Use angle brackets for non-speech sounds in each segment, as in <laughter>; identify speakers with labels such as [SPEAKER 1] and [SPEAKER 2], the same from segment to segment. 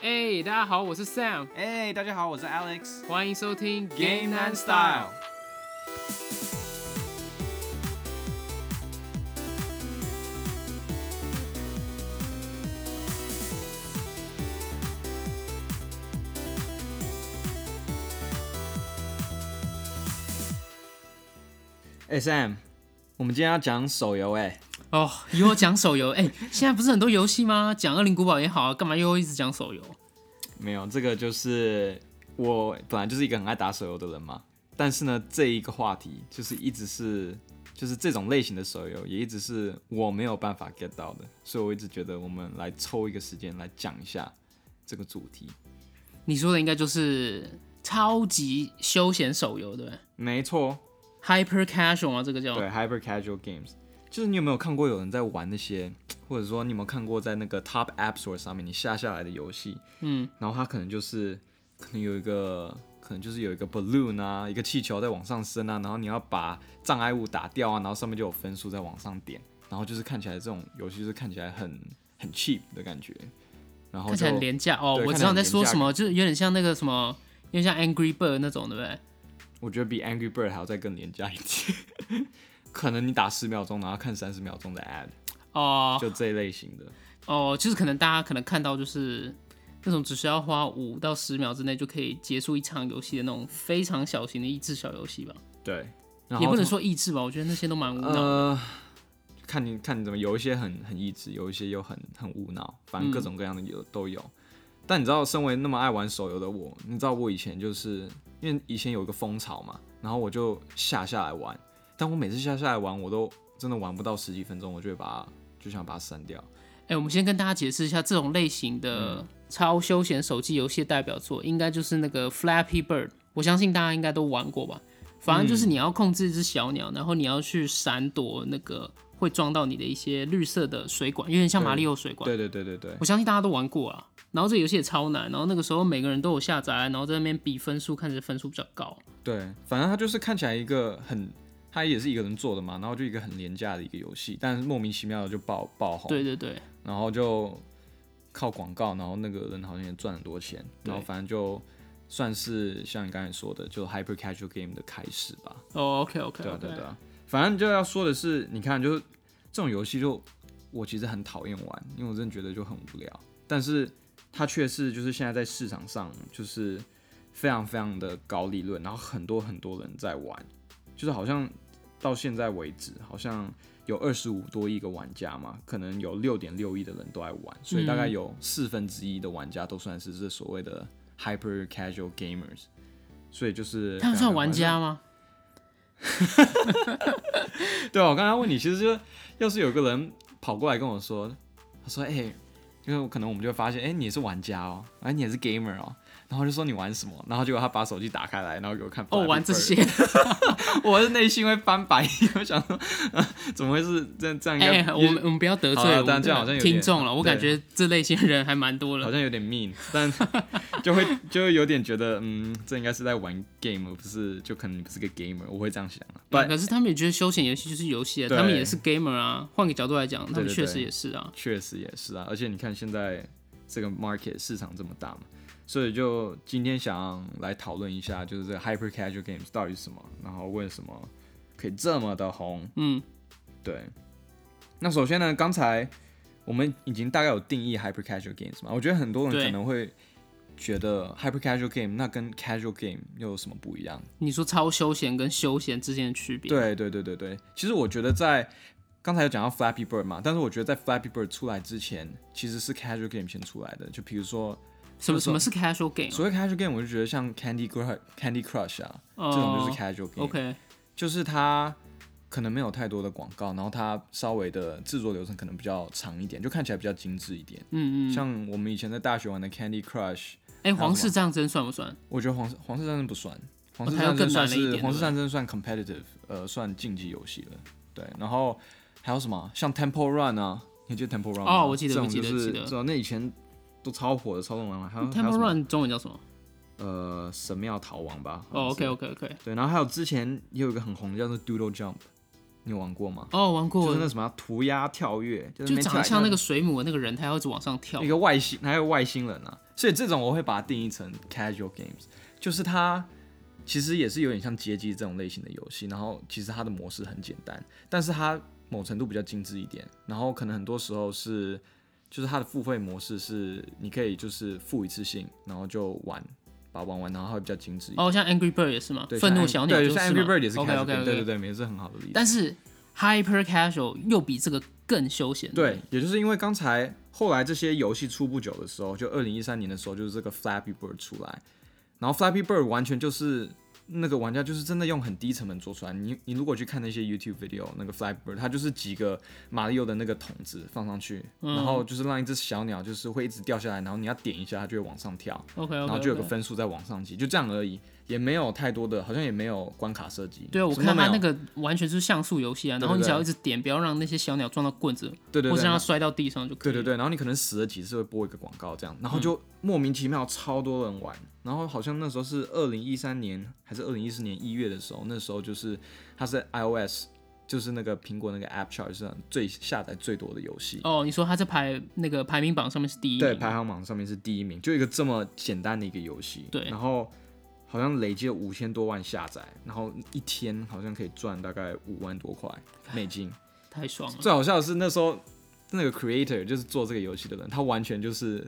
[SPEAKER 1] 哎、大家好，我是 Sam，
[SPEAKER 2] 哎、大家好，我是 Alex。
[SPEAKER 1] 欢迎收听
[SPEAKER 2] Game
[SPEAKER 1] Game and
[SPEAKER 2] and
[SPEAKER 1] Style
[SPEAKER 2] Style。哎、Sam，我们今天要讲手游哎、
[SPEAKER 1] 哦，以后讲手游， <laughs> 哎、现在不是很多游戏吗？讲《恶灵古堡》也好啊，干嘛又一直讲手游？
[SPEAKER 2] 没有，这个就是我本来就是一个很爱打手游的人嘛。但是呢，这一个话题就是一直是，就是这种类型的手游也一直是我没有办法 get 到的，所以我一直觉得我们来抽一个时间来讲一下这个主题。
[SPEAKER 1] 你说的应该就是超级休闲手游，对不对
[SPEAKER 2] 没错，
[SPEAKER 1] ？Hyper Casual 啊，这个叫
[SPEAKER 2] 对 Hyper Casual Games，就是你有没有看过有人在玩那些，或者说你有没有看过在那个 Top App Store 上面你下下来的游戏，
[SPEAKER 1] 嗯，
[SPEAKER 2] 然后它可能就是可能有一个。可能就是有一个 balloon 啊，一个气球在往上升啊，然后你要把障碍物打掉啊，然后上面就有分数在往上点，然后就是看起来这种游戏就是看起来很很 cheap 的感觉，然后
[SPEAKER 1] 看起来
[SPEAKER 2] 就
[SPEAKER 1] 很廉价哦。
[SPEAKER 2] 对
[SPEAKER 1] 我
[SPEAKER 2] 看
[SPEAKER 1] 知
[SPEAKER 2] 起来
[SPEAKER 1] 道你在
[SPEAKER 2] 很
[SPEAKER 1] 说
[SPEAKER 2] 廉价
[SPEAKER 1] 什么，就是有点像那个什么，有点像 Angry Bird 那种，对不对？
[SPEAKER 2] 我觉得比 Angry Bird 还要再更廉价一点， <laughs> 可能你打十秒钟，然后看三十秒钟的 ad，
[SPEAKER 1] 哦
[SPEAKER 2] 就这一类型的。
[SPEAKER 1] 哦，就是可能大家可能看到就是那种只需要花五到十秒之内就可以结益束一场游戏的那种非常小型的益智小游戏吧，
[SPEAKER 2] 对，然
[SPEAKER 1] 也
[SPEAKER 2] 后
[SPEAKER 1] 不能
[SPEAKER 2] 从
[SPEAKER 1] 说益智吧，我觉得那些都蛮无脑的。
[SPEAKER 2] 呃，看你看你怎么，有一些很很益智，有一些又很很无脑，反正
[SPEAKER 1] 嗯
[SPEAKER 2] 各种各样的有、都有。但你知道，身为那么爱玩手游的我，你知道我以前就是因为以前有一个风潮嘛，然后我就下下来玩，但我每次下下来玩，我都真的玩不到十几分钟，我就会把它就想把它删掉。
[SPEAKER 1] 哎、我们先跟大家解释一下，这种类型
[SPEAKER 2] 嗯
[SPEAKER 1] 的超休闲手机游戏的代表作，应该就是那个 Flappy Bird。我相信大家应该都玩过吧？反正
[SPEAKER 2] 嗯
[SPEAKER 1] 就是你要控制一只小鸟，然后你要去闪躲那个会撞到你的一些绿色的水管，有点像
[SPEAKER 2] 对
[SPEAKER 1] 马里奥水管。
[SPEAKER 2] 对对对对对
[SPEAKER 1] 我相信大家都玩过啊。然后这游戏也超难，然后那个时候每个人都有下载，然后在那边比分数，看谁分数比较高。
[SPEAKER 2] 对，反正它就是看起来一个很，它也是一个人做的嘛，然后就一个很廉价的一个游戏，但是莫名其妙的就爆爆红。
[SPEAKER 1] 对对对，
[SPEAKER 2] 然后就靠广告，然后那个人好像也赚很多钱，
[SPEAKER 1] 对
[SPEAKER 2] 然后反正就算是像你刚才说的，就 hyper casual game 的开始吧。
[SPEAKER 1] 哦、o k OK，,
[SPEAKER 2] 对啊，对啊对啊，反正就要说的是，你看，就是这种游戏就我其实很讨厌玩，因为我真的觉得就很无聊。但是它却是就是现在在市场上就是非常非常的高利润，然后很多很多人在玩，就是好像到现在为止，好像有二十五多亿个玩家嘛，可能有六点六亿的人都在玩，所以大概有四分之一的玩家都算是这所谓的 hyper casual gamers。所以就是
[SPEAKER 1] 他们算
[SPEAKER 2] 非常非常
[SPEAKER 1] 玩家吗？
[SPEAKER 2] <laughs> 对啊，我刚才问你，其实就是要是有个人跑过来跟我说，他说：“哎、因为我可能我们就会发现，哎、你也是玩家哦，哎、你也是 gamer 哦。”然后就说你玩什么，然后结果他把手机打开来，然后给我看。
[SPEAKER 1] 哦，玩这些，，
[SPEAKER 2] 我是内心会翻白眼，我想说、啊怎么会是这样？这样应该、
[SPEAKER 1] 哎、我们我们不要得罪
[SPEAKER 2] 好啊
[SPEAKER 1] 我们
[SPEAKER 2] 但这样
[SPEAKER 1] 的
[SPEAKER 2] 好像有点
[SPEAKER 1] 听众了，我感觉这类型的人还蛮多
[SPEAKER 2] 好
[SPEAKER 1] 的。
[SPEAKER 2] 像有点 mean，但
[SPEAKER 1] <laughs>
[SPEAKER 2] 就会就会有点觉得，嗯，这应该是在玩 game，而不是就可能你不是个 gamer，我会这样想啊。But
[SPEAKER 1] 可是他们也觉得休闲游戏就是游戏啊，
[SPEAKER 2] 对
[SPEAKER 1] 他们也是 gamer 啊。换个角度来讲，他们
[SPEAKER 2] 对对
[SPEAKER 1] 确实也是啊。
[SPEAKER 2] 确实也是啊，而且你看现在这个 market 市场这么大嘛，所以就今天想来讨论一下，就是这个 hyper casual games 到底是什么，然后为什么可以这么的红。
[SPEAKER 1] 嗯，
[SPEAKER 2] 对，那首先呢，刚才我们已经大概有定义 hyper casual games 嘛，我觉得很多人
[SPEAKER 1] 对
[SPEAKER 2] 可能会觉得 hyper casual game 那跟 casual game 又有什么不一样？
[SPEAKER 1] 你说超休闲跟休闲之间的区别，，
[SPEAKER 2] 对对对对对，其实我觉得在刚才有讲到 Flappy Bird 嘛，但是我觉得在 Flappy Bird 出来之前，其实是 Casual Game 先出来的。就比如说，
[SPEAKER 1] 什么
[SPEAKER 2] 就是
[SPEAKER 1] 什么是 casual game？
[SPEAKER 2] 所谓 Casual Game，我就觉得像 Candy Crush、Candy Crush 啊，这种就是 Casual Game，、
[SPEAKER 1] 哦 OK，
[SPEAKER 2] 就是它可能没有太多的广告，然后它稍微的制作流程可能比较长一点，就看起来比较精致一点。
[SPEAKER 1] 嗯嗯。
[SPEAKER 2] 像我们以前在大学玩的 Candy Crush，
[SPEAKER 1] 哎，皇室战争算不算？
[SPEAKER 2] 我觉得皇室皇室战争不算，皇室
[SPEAKER 1] 哦它又
[SPEAKER 2] 战争
[SPEAKER 1] 更难
[SPEAKER 2] 算
[SPEAKER 1] 了一
[SPEAKER 2] 是
[SPEAKER 1] 点
[SPEAKER 2] 皇室
[SPEAKER 1] 对
[SPEAKER 2] 战争算 competitive，呃，算竞技游戏了。对，然后还有什么像 Temple Run 啊，你记得 Temple Run
[SPEAKER 1] 哦
[SPEAKER 2] 吗
[SPEAKER 1] 我记得
[SPEAKER 2] 这种
[SPEAKER 1] 我记得
[SPEAKER 2] 就是
[SPEAKER 1] 记得
[SPEAKER 2] 知道那以前都超火的，超多人玩。还有
[SPEAKER 1] Temple
[SPEAKER 2] 还有什么
[SPEAKER 1] Run 中文叫什么？
[SPEAKER 2] 呃，神庙逃亡吧。
[SPEAKER 1] 哦
[SPEAKER 2] 好像是
[SPEAKER 1] ，OK OK OK。
[SPEAKER 2] 对，然后还有之前也有一个很红的叫做 Doodle Jump，你有玩过吗？
[SPEAKER 1] 哦，玩
[SPEAKER 2] 就是
[SPEAKER 1] 过
[SPEAKER 2] 那，什么啊涂鸦跳跃，就是
[SPEAKER 1] 就
[SPEAKER 2] 那边
[SPEAKER 1] 长
[SPEAKER 2] 跳
[SPEAKER 1] 得
[SPEAKER 2] 来
[SPEAKER 1] 像那
[SPEAKER 2] 跳
[SPEAKER 1] 个水母的那个人，他要一直往上跳
[SPEAKER 2] 去一。个外星，还有外星人啊，所以这种我会把它定义成 casual games，就是它其实也是有点像街机这种类型的游戏，然后其实它的模式很简单，但是它某程度比较精致一点，然后可能很多时候是就是它的付费模式是你可以就是付一次性，然后就玩。把它玩完，然后它会比较精致一点。
[SPEAKER 1] 哦，像 Angry Bird 也是嘛
[SPEAKER 2] 对，，
[SPEAKER 1] 愤怒
[SPEAKER 2] 像
[SPEAKER 1] 小鸟
[SPEAKER 2] 对，
[SPEAKER 1] 就是
[SPEAKER 2] 像 Angry Bird 也是
[SPEAKER 1] OK
[SPEAKER 2] casual
[SPEAKER 1] OK
[SPEAKER 2] game，
[SPEAKER 1] OK，
[SPEAKER 2] 对对对，没是很好的例子。
[SPEAKER 1] 但是 Hyper Casual 又比这个更休闲。
[SPEAKER 2] 对，，也就是因为刚才后来这些游戏出不久的时候，就二零一三年的时候，就是这个 Flappy Bird 出来，然后 Flappy Bird 完全就是那个玩家就是真的用很低成本做出来。你你如果去看那些 YouTube video，那个 Flappy Bird 它就是几个马里奥的那个桶子放上去，
[SPEAKER 1] 嗯
[SPEAKER 2] 然后就是让一只小鸟就是会一直掉下来，然后你要点一下它就会往上跳，
[SPEAKER 1] OK OK，
[SPEAKER 2] 然后就有个分数在往上积，就这样而已，也没有太多的，好像也没有关卡设计。
[SPEAKER 1] 对啊，我
[SPEAKER 2] 什么都
[SPEAKER 1] 看
[SPEAKER 2] 没
[SPEAKER 1] 它
[SPEAKER 2] 有
[SPEAKER 1] 那个完全就是像素游戏啊，
[SPEAKER 2] 对
[SPEAKER 1] 然后你
[SPEAKER 2] 对
[SPEAKER 1] 只要一直点，不要让那些小鸟撞到棍子，
[SPEAKER 2] 对对
[SPEAKER 1] 或
[SPEAKER 2] 对，
[SPEAKER 1] 是让它摔到地上就可
[SPEAKER 2] 对
[SPEAKER 1] 以。嗯
[SPEAKER 2] 对对，然后你可能死了几次会播一个广告这样，然后就莫名其妙超多人玩，然后好像那时候是二零一三年还是二零一四年一月的时候，那时候就是它是 iOS，就是那个苹果那个 App Chart 上最下载最多的游戏，
[SPEAKER 1] 哦，你说它在排那个排名榜上面是第一
[SPEAKER 2] 对，
[SPEAKER 1] 名，
[SPEAKER 2] 排行榜上面是第一名，就一个这么简单的一个游戏，
[SPEAKER 1] 对
[SPEAKER 2] 然后好像累计了五千多万下载，然后一天好像可以赚大概五万多块美金，
[SPEAKER 1] 太爽了。
[SPEAKER 2] 最好笑的是那时候那个 creator 就是做这个游戏的人，他完全就是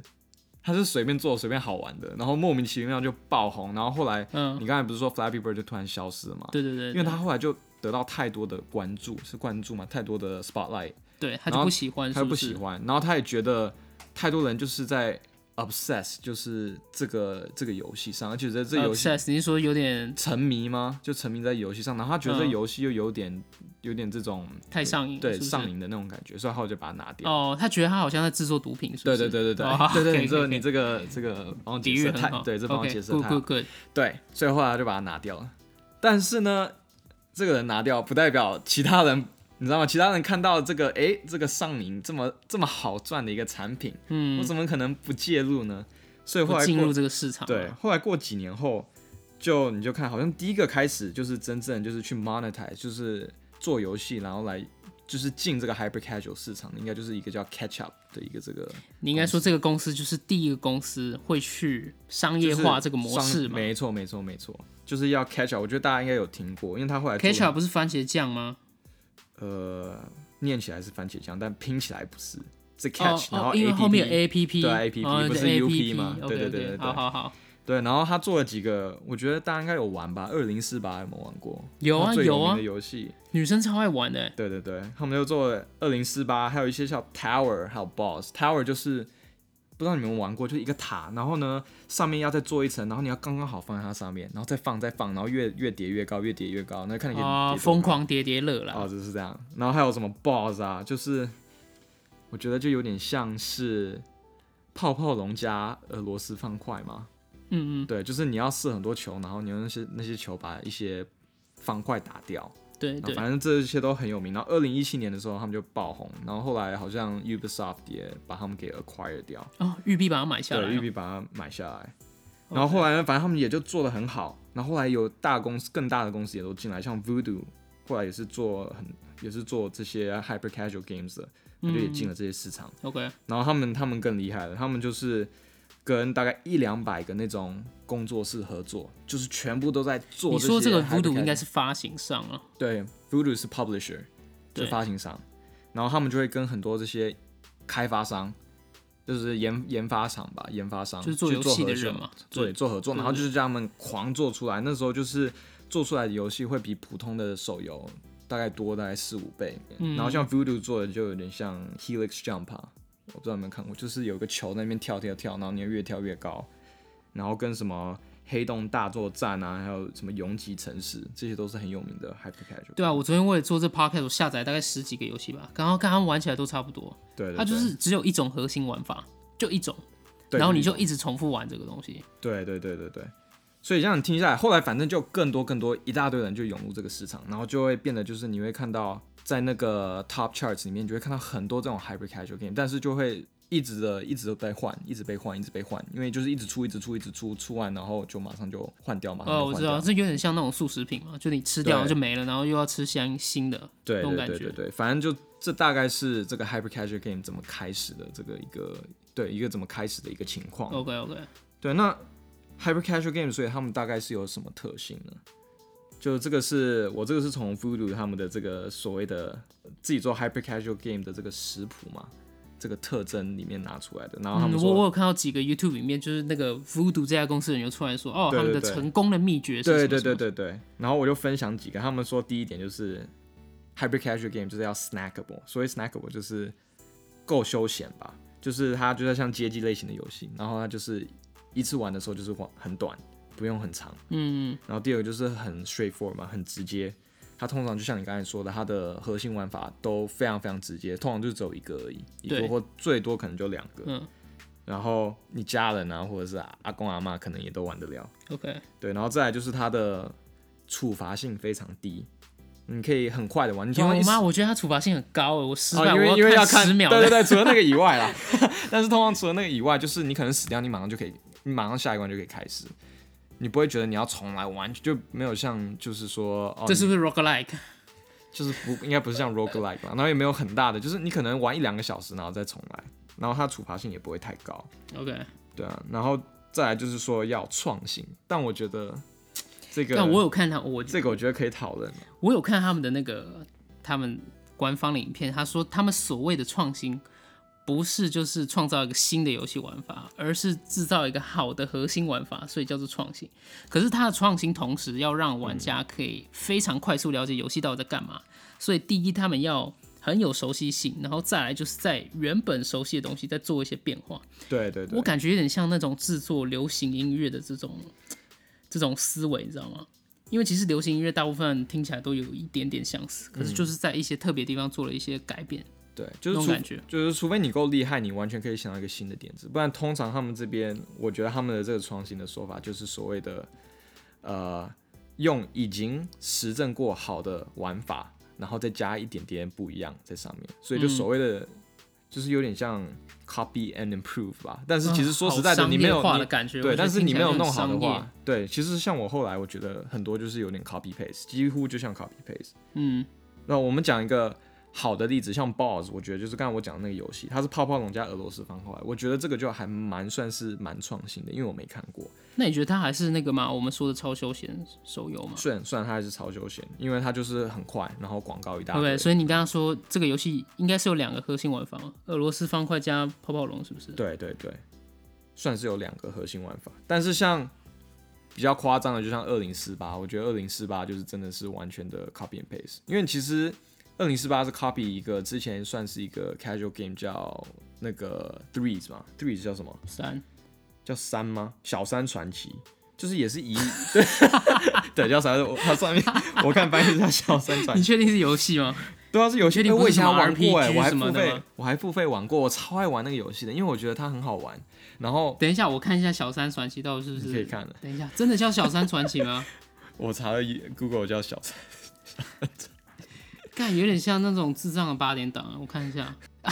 [SPEAKER 2] 他是随便做随便好玩的，然后莫名其妙就爆红，然后后来、
[SPEAKER 1] 嗯，
[SPEAKER 2] 你刚才不是说 Flappy Bird 就突然消失了嘛？
[SPEAKER 1] 对对对，
[SPEAKER 2] 因为他后来就得到太多的关注，是关注嘛，太多的 spotlight，
[SPEAKER 1] 对他
[SPEAKER 2] 然
[SPEAKER 1] 就
[SPEAKER 2] 后
[SPEAKER 1] 不喜欢，
[SPEAKER 2] 他
[SPEAKER 1] 是
[SPEAKER 2] 就不
[SPEAKER 1] 是
[SPEAKER 2] 喜。欢，然后他也觉得太多人就是在 obsess 就是这个这个游戏上，而且这这游戏
[SPEAKER 1] 呃 Obsess，你是说有点
[SPEAKER 2] 沉迷吗？就沉迷在游戏上，然后他觉得这
[SPEAKER 1] 嗯
[SPEAKER 2] 游戏又有点、有点这种
[SPEAKER 1] 太上瘾了？
[SPEAKER 2] 对
[SPEAKER 1] 是不是
[SPEAKER 2] 上。瘾的那种感觉，所以后来就把它拿掉。
[SPEAKER 1] 哦，他觉得他好像在制作毒品，是不
[SPEAKER 2] 对
[SPEAKER 1] 是？
[SPEAKER 2] 对对对对、
[SPEAKER 1] 哦
[SPEAKER 2] 对对，你这
[SPEAKER 1] OK，OK，OK <laughs>
[SPEAKER 2] 你这个这个帮我
[SPEAKER 1] 抵
[SPEAKER 2] 解
[SPEAKER 1] 御
[SPEAKER 2] 释
[SPEAKER 1] 很
[SPEAKER 2] 太
[SPEAKER 1] 好，
[SPEAKER 2] 对，这帮我解释
[SPEAKER 1] o k
[SPEAKER 2] 太好
[SPEAKER 1] good good good，
[SPEAKER 2] 对，所以后来就把它拿掉了。但是呢，这个人拿掉不代表其他人，你知道吗？其他人看到这个诶，这个上瘾这么这么好赚的一个产品，
[SPEAKER 1] 嗯，
[SPEAKER 2] 我怎么可能不介入呢？所以后
[SPEAKER 1] 我
[SPEAKER 2] 来
[SPEAKER 1] 进
[SPEAKER 2] 过
[SPEAKER 1] 入这个市场，
[SPEAKER 2] 对，，后来过几年后，就你就看，好像第一个开始就是真正就是去 monetize，就是做游戏，然后来就是进这个 hyper casual 市场，应该就是一个叫 catch up 的一个这个。
[SPEAKER 1] 你应该说这个公司就是第一个公司会去商业化这个模式嘛
[SPEAKER 2] 没错，没错，没错，就是要 ketchup。我觉得大家应该有听过，因为他后来做了
[SPEAKER 1] ？Ketchup 不是番茄酱吗？
[SPEAKER 2] 呃念起来是番茄酱，但拼起来不是，是
[SPEAKER 1] 哦
[SPEAKER 2] catch，、然后
[SPEAKER 1] 哦，
[SPEAKER 2] APP,
[SPEAKER 1] 因为后面有 A P 哦 P，
[SPEAKER 2] 对啊 APP 不是 UP 嘛对对对对对
[SPEAKER 1] 好好好，
[SPEAKER 2] 对，然后他做了几个，我觉得大家应该有玩吧，二零四八有没有玩过？
[SPEAKER 1] 有啊
[SPEAKER 2] 他最
[SPEAKER 1] 有
[SPEAKER 2] 名
[SPEAKER 1] 啊
[SPEAKER 2] 的游戏，
[SPEAKER 1] 女生超爱玩的欸，
[SPEAKER 2] 对对对，他们就做了二零四八，还有一些叫 Tower，还有 Boss。Tower 就是不知道你们玩过，就是一个塔，然后呢上面要再做一层，然后你要刚刚好放在它上面，然后再放再放，然后越越叠越高，越叠越高，那看你可以
[SPEAKER 1] 啊，
[SPEAKER 2] 叠多
[SPEAKER 1] 疯
[SPEAKER 2] 高
[SPEAKER 1] 狂叠叠乐
[SPEAKER 2] 哦，
[SPEAKER 1] 啦，
[SPEAKER 2] 就是这样。然后还有什么 Boss 啊，就是我觉得就有点像是泡泡龙加俄罗斯方块嘛。
[SPEAKER 1] 嗯嗯，
[SPEAKER 2] 对，就是你要射很多球，然后你用那些那些球把一些方块打掉。
[SPEAKER 1] 对
[SPEAKER 2] 然后
[SPEAKER 1] 对，
[SPEAKER 2] 啊反正这些都很有名。然后二零一七年的时候，他们就爆红，然后后来好像 Ubisoft 也把他们给 acquire 掉，
[SPEAKER 1] 哦，玉碧把它买下来
[SPEAKER 2] 对，
[SPEAKER 1] 了，
[SPEAKER 2] 育碧把它买下来。然后后来呢，反正他们也就做的很好。然后后来有大公司、更大的公司也都进来，像 Voodoo，后来也是做很也是做这些 hyper casual games 的，他就也进了
[SPEAKER 1] 嗯
[SPEAKER 2] 这些市场。
[SPEAKER 1] OK，
[SPEAKER 2] 然后他们他们更厉害了，他们就是跟大概一两百个那种工作室合作，就是全部都在做
[SPEAKER 1] 你
[SPEAKER 2] 些 hyper casual。
[SPEAKER 1] 说这个 Voodoo 应该是发行上啊，
[SPEAKER 2] 对，Voodoo 是 publisher，
[SPEAKER 1] 对
[SPEAKER 2] 是发行商，然后他们就会跟很多这些开发商，就是研研发厂吧，研发商
[SPEAKER 1] 就是做
[SPEAKER 2] 去
[SPEAKER 1] 游戏的
[SPEAKER 2] 合作
[SPEAKER 1] 人嘛
[SPEAKER 2] 对，做合作，然后就是叫他们狂做出来。那时候就是做出来的游戏会比普通的手游大概多大概四五倍，然后
[SPEAKER 1] 嗯
[SPEAKER 2] 像 Voodoo 做的就有点像 Helix Jump 啊，我不知道有没有看过，就是有个球在那边跳跳跳，然后你要越跳越高，然后跟什么。黑洞大作战啊，还有什么拥挤城市，这些都是很有名的 hyper casual。
[SPEAKER 1] 对啊，我昨天为了做这 podcast，我下载大概十几个游戏吧，然后看他们玩起来都差不多，
[SPEAKER 2] 对对
[SPEAKER 1] 它就
[SPEAKER 2] 对
[SPEAKER 1] 是只有一种核心玩法，就一种，
[SPEAKER 2] 对
[SPEAKER 1] 然后你就一直重复玩这个东西。
[SPEAKER 2] 对对对对对，所以这样听下来，后来反正就更多更多一大堆人就涌入这个市场，然后就会变得就是你会看到在那个 top charts 里面，你就会看到很多这种 hyper casual game，但是就会。一直的一直都在换，一直被换，一直被换，因为就是一直出，一直出，一直出，出完然后就马上就换掉，马上
[SPEAKER 1] 哦，
[SPEAKER 2] 就
[SPEAKER 1] 我
[SPEAKER 2] 换
[SPEAKER 1] 知
[SPEAKER 2] 掉。
[SPEAKER 1] 道，这有点像那种速食品嘛，就你吃掉
[SPEAKER 2] 对哦
[SPEAKER 1] 就没了，然后又要吃相新的
[SPEAKER 2] 对
[SPEAKER 1] 那种
[SPEAKER 2] 对
[SPEAKER 1] 感
[SPEAKER 2] 对
[SPEAKER 1] 觉
[SPEAKER 2] 对。对，反正就这大概是这个 Hyper Casual Game 怎么开始的这个一个对一个怎么开始的一个情况。
[SPEAKER 1] OK OK，
[SPEAKER 2] 对，那 Hyper Casual Game，所以他们大概是有什么特性呢？就这个是我这个是从 Voodoo 他们的这个所谓的自己做 Hyper Casual Game 的这个食谱嘛，这个特征里面拿出来的。然后他
[SPEAKER 1] 嗯
[SPEAKER 2] 们，
[SPEAKER 1] 我我
[SPEAKER 2] 说，
[SPEAKER 1] 有看到几个 YouTube 影片，就是那个 Voodoo 这家公司的人就出来说，哦，
[SPEAKER 2] 对
[SPEAKER 1] 他们
[SPEAKER 2] 对
[SPEAKER 1] 的
[SPEAKER 2] 对
[SPEAKER 1] 成功的秘诀是什
[SPEAKER 2] 对
[SPEAKER 1] 么
[SPEAKER 2] 对
[SPEAKER 1] 什
[SPEAKER 2] 对
[SPEAKER 1] 么
[SPEAKER 2] 对对。然后我就分享几个，他们说第一点就是 Hyper Casual Game 就是要 snackable，所谓 snackable 就是够休闲吧，就是它就在像街机类型的游戏，然后它就是一次玩的时候就是玩很短，不用很长。
[SPEAKER 1] 嗯，
[SPEAKER 2] 然后第二个就是很 straightforward 嘛，很直接。它通常就像你刚才说的，它的核心玩法都非常非常直接，通常就只有一个而已，一个
[SPEAKER 1] 对
[SPEAKER 2] 或最多可能就两个。
[SPEAKER 1] 嗯
[SPEAKER 2] 然后你家人啊，或者是阿公阿妈，可能也都玩得了。
[SPEAKER 1] 嗯 OK，
[SPEAKER 2] 对，然后再来就是它的处罚性非常低，你可以很快的玩。你通
[SPEAKER 1] 哦
[SPEAKER 2] 常一
[SPEAKER 1] 我
[SPEAKER 2] 时
[SPEAKER 1] 妈，我觉得她处罚性很高欸诶，我失败
[SPEAKER 2] 哦，因为
[SPEAKER 1] 我
[SPEAKER 2] 因为要
[SPEAKER 1] 十秒
[SPEAKER 2] 对对
[SPEAKER 1] 的，
[SPEAKER 2] 对，除了那个以
[SPEAKER 1] <laughs>
[SPEAKER 2] 外啦。但是通常除了那个以外，就是你可能死掉，你马上就可以，你马上下一关就可以开始，你不会觉得你要重来，完全就没有像就是说，哦，
[SPEAKER 1] 这是不是 Rock Like？
[SPEAKER 2] 就是不应该不是像 roguelike 吧，然后也没有很大的，就是你可能玩一两个小时，然后再重来，然后它处罚性也不会太高，
[SPEAKER 1] OK，
[SPEAKER 2] 对啊，然后再来就是说要创新，但我觉得这个
[SPEAKER 1] 但我有看他，我
[SPEAKER 2] 这个我觉得可以讨论，
[SPEAKER 1] 我有看他们的那个他们官方的影片，他说他们所谓的创新，不是就是创造一个新的游戏玩法，而是制造一个好的核心玩法，所以叫做创新。可是它的创新同时要让玩家可以非常快速了解游戏到底在干嘛，所以第一他们要。很有熟悉性，然后再来就是在原本熟悉的东西再做一些变化。
[SPEAKER 2] 对对
[SPEAKER 1] 我
[SPEAKER 2] 对，
[SPEAKER 1] 感觉有点像那种制作流行音乐的这种这种思维，你知道吗？因为其实流行音乐大部分听起来都有一点点相似，可是就是在一些特别地方做了一些改变，
[SPEAKER 2] 对，
[SPEAKER 1] 这
[SPEAKER 2] 就是
[SPEAKER 1] 种
[SPEAKER 2] 除
[SPEAKER 1] 感觉。
[SPEAKER 2] 就是除非你够厉害，你完全可以想到一个新的点子，不然通常他们这边，我觉得他们的这个创新的说法就是所谓的，呃，用已经实证过好的玩法，然后再加一点点不一样在上面，所以
[SPEAKER 1] 嗯
[SPEAKER 2] 就所谓的、就是有点像 copy and improve 吧。但是其实说实在的，
[SPEAKER 1] 啊好
[SPEAKER 2] 你没有
[SPEAKER 1] 商业化
[SPEAKER 2] 你
[SPEAKER 1] 的感觉，我
[SPEAKER 2] 对，
[SPEAKER 1] 觉得
[SPEAKER 2] 但是
[SPEAKER 1] 听
[SPEAKER 2] 你
[SPEAKER 1] 起来
[SPEAKER 2] 没有弄
[SPEAKER 1] 很
[SPEAKER 2] 好的
[SPEAKER 1] 商业
[SPEAKER 2] 话，，对，其实像我后来我觉得很多就是有点 copy paste，几乎就像 copy paste。
[SPEAKER 1] 嗯，
[SPEAKER 2] 那我们讲一个好的例子，像 Balls，我觉得就是刚才我讲的那个游戏，它是泡泡龙加俄罗斯方块，我觉得这个就还蛮算是蛮创新的，因为我没看过，
[SPEAKER 1] 那你觉得它还是那个吗？我们说的超休闲手游吗？
[SPEAKER 2] 虽然虽然它还是超休闲，因为它就是很快，然后广告一大
[SPEAKER 1] 对不对？
[SPEAKER 2] 堆。
[SPEAKER 1] 所以你刚刚说这个游戏应该是有两个核心玩法吗？俄罗斯方块加泡泡龙，是不是？
[SPEAKER 2] 对对对，算是有两个核心玩法，但是像比较夸张的，就像二零四八，我觉得二零四八就是真的是完全的 copy and paste，因为其实二零四八是 copy 一个之前算是一个 casual game 叫那个 Threes 嘛，Threes 叫什么？
[SPEAKER 1] 三
[SPEAKER 2] 叫三吗？小三传奇，就是也
[SPEAKER 1] <laughs>
[SPEAKER 2] 是以对对叫啥？我它上面我看翻译叫小三传
[SPEAKER 1] 你
[SPEAKER 2] 奇，
[SPEAKER 1] 确定是游戏吗？
[SPEAKER 2] 对啊，是游戏。
[SPEAKER 1] 确定
[SPEAKER 2] 哎
[SPEAKER 1] 不是
[SPEAKER 2] 我以前
[SPEAKER 1] 什
[SPEAKER 2] 还
[SPEAKER 1] 么
[SPEAKER 2] 玩过哎、
[SPEAKER 1] RPG
[SPEAKER 2] 我还
[SPEAKER 1] 什么
[SPEAKER 2] 付
[SPEAKER 1] 的
[SPEAKER 2] 费
[SPEAKER 1] 吗，
[SPEAKER 2] 我还付费玩过，我超爱玩那个游戏的，因为我觉得它很好玩。然后
[SPEAKER 1] 等一下，我看一下小三传奇到底是不是
[SPEAKER 2] 你可以看的
[SPEAKER 1] 等一下，真的叫小三传奇吗？
[SPEAKER 2] 我查了一 Google 叫小三，
[SPEAKER 1] 看，有点像那种智障的八点档啊，我看一下， <laughs>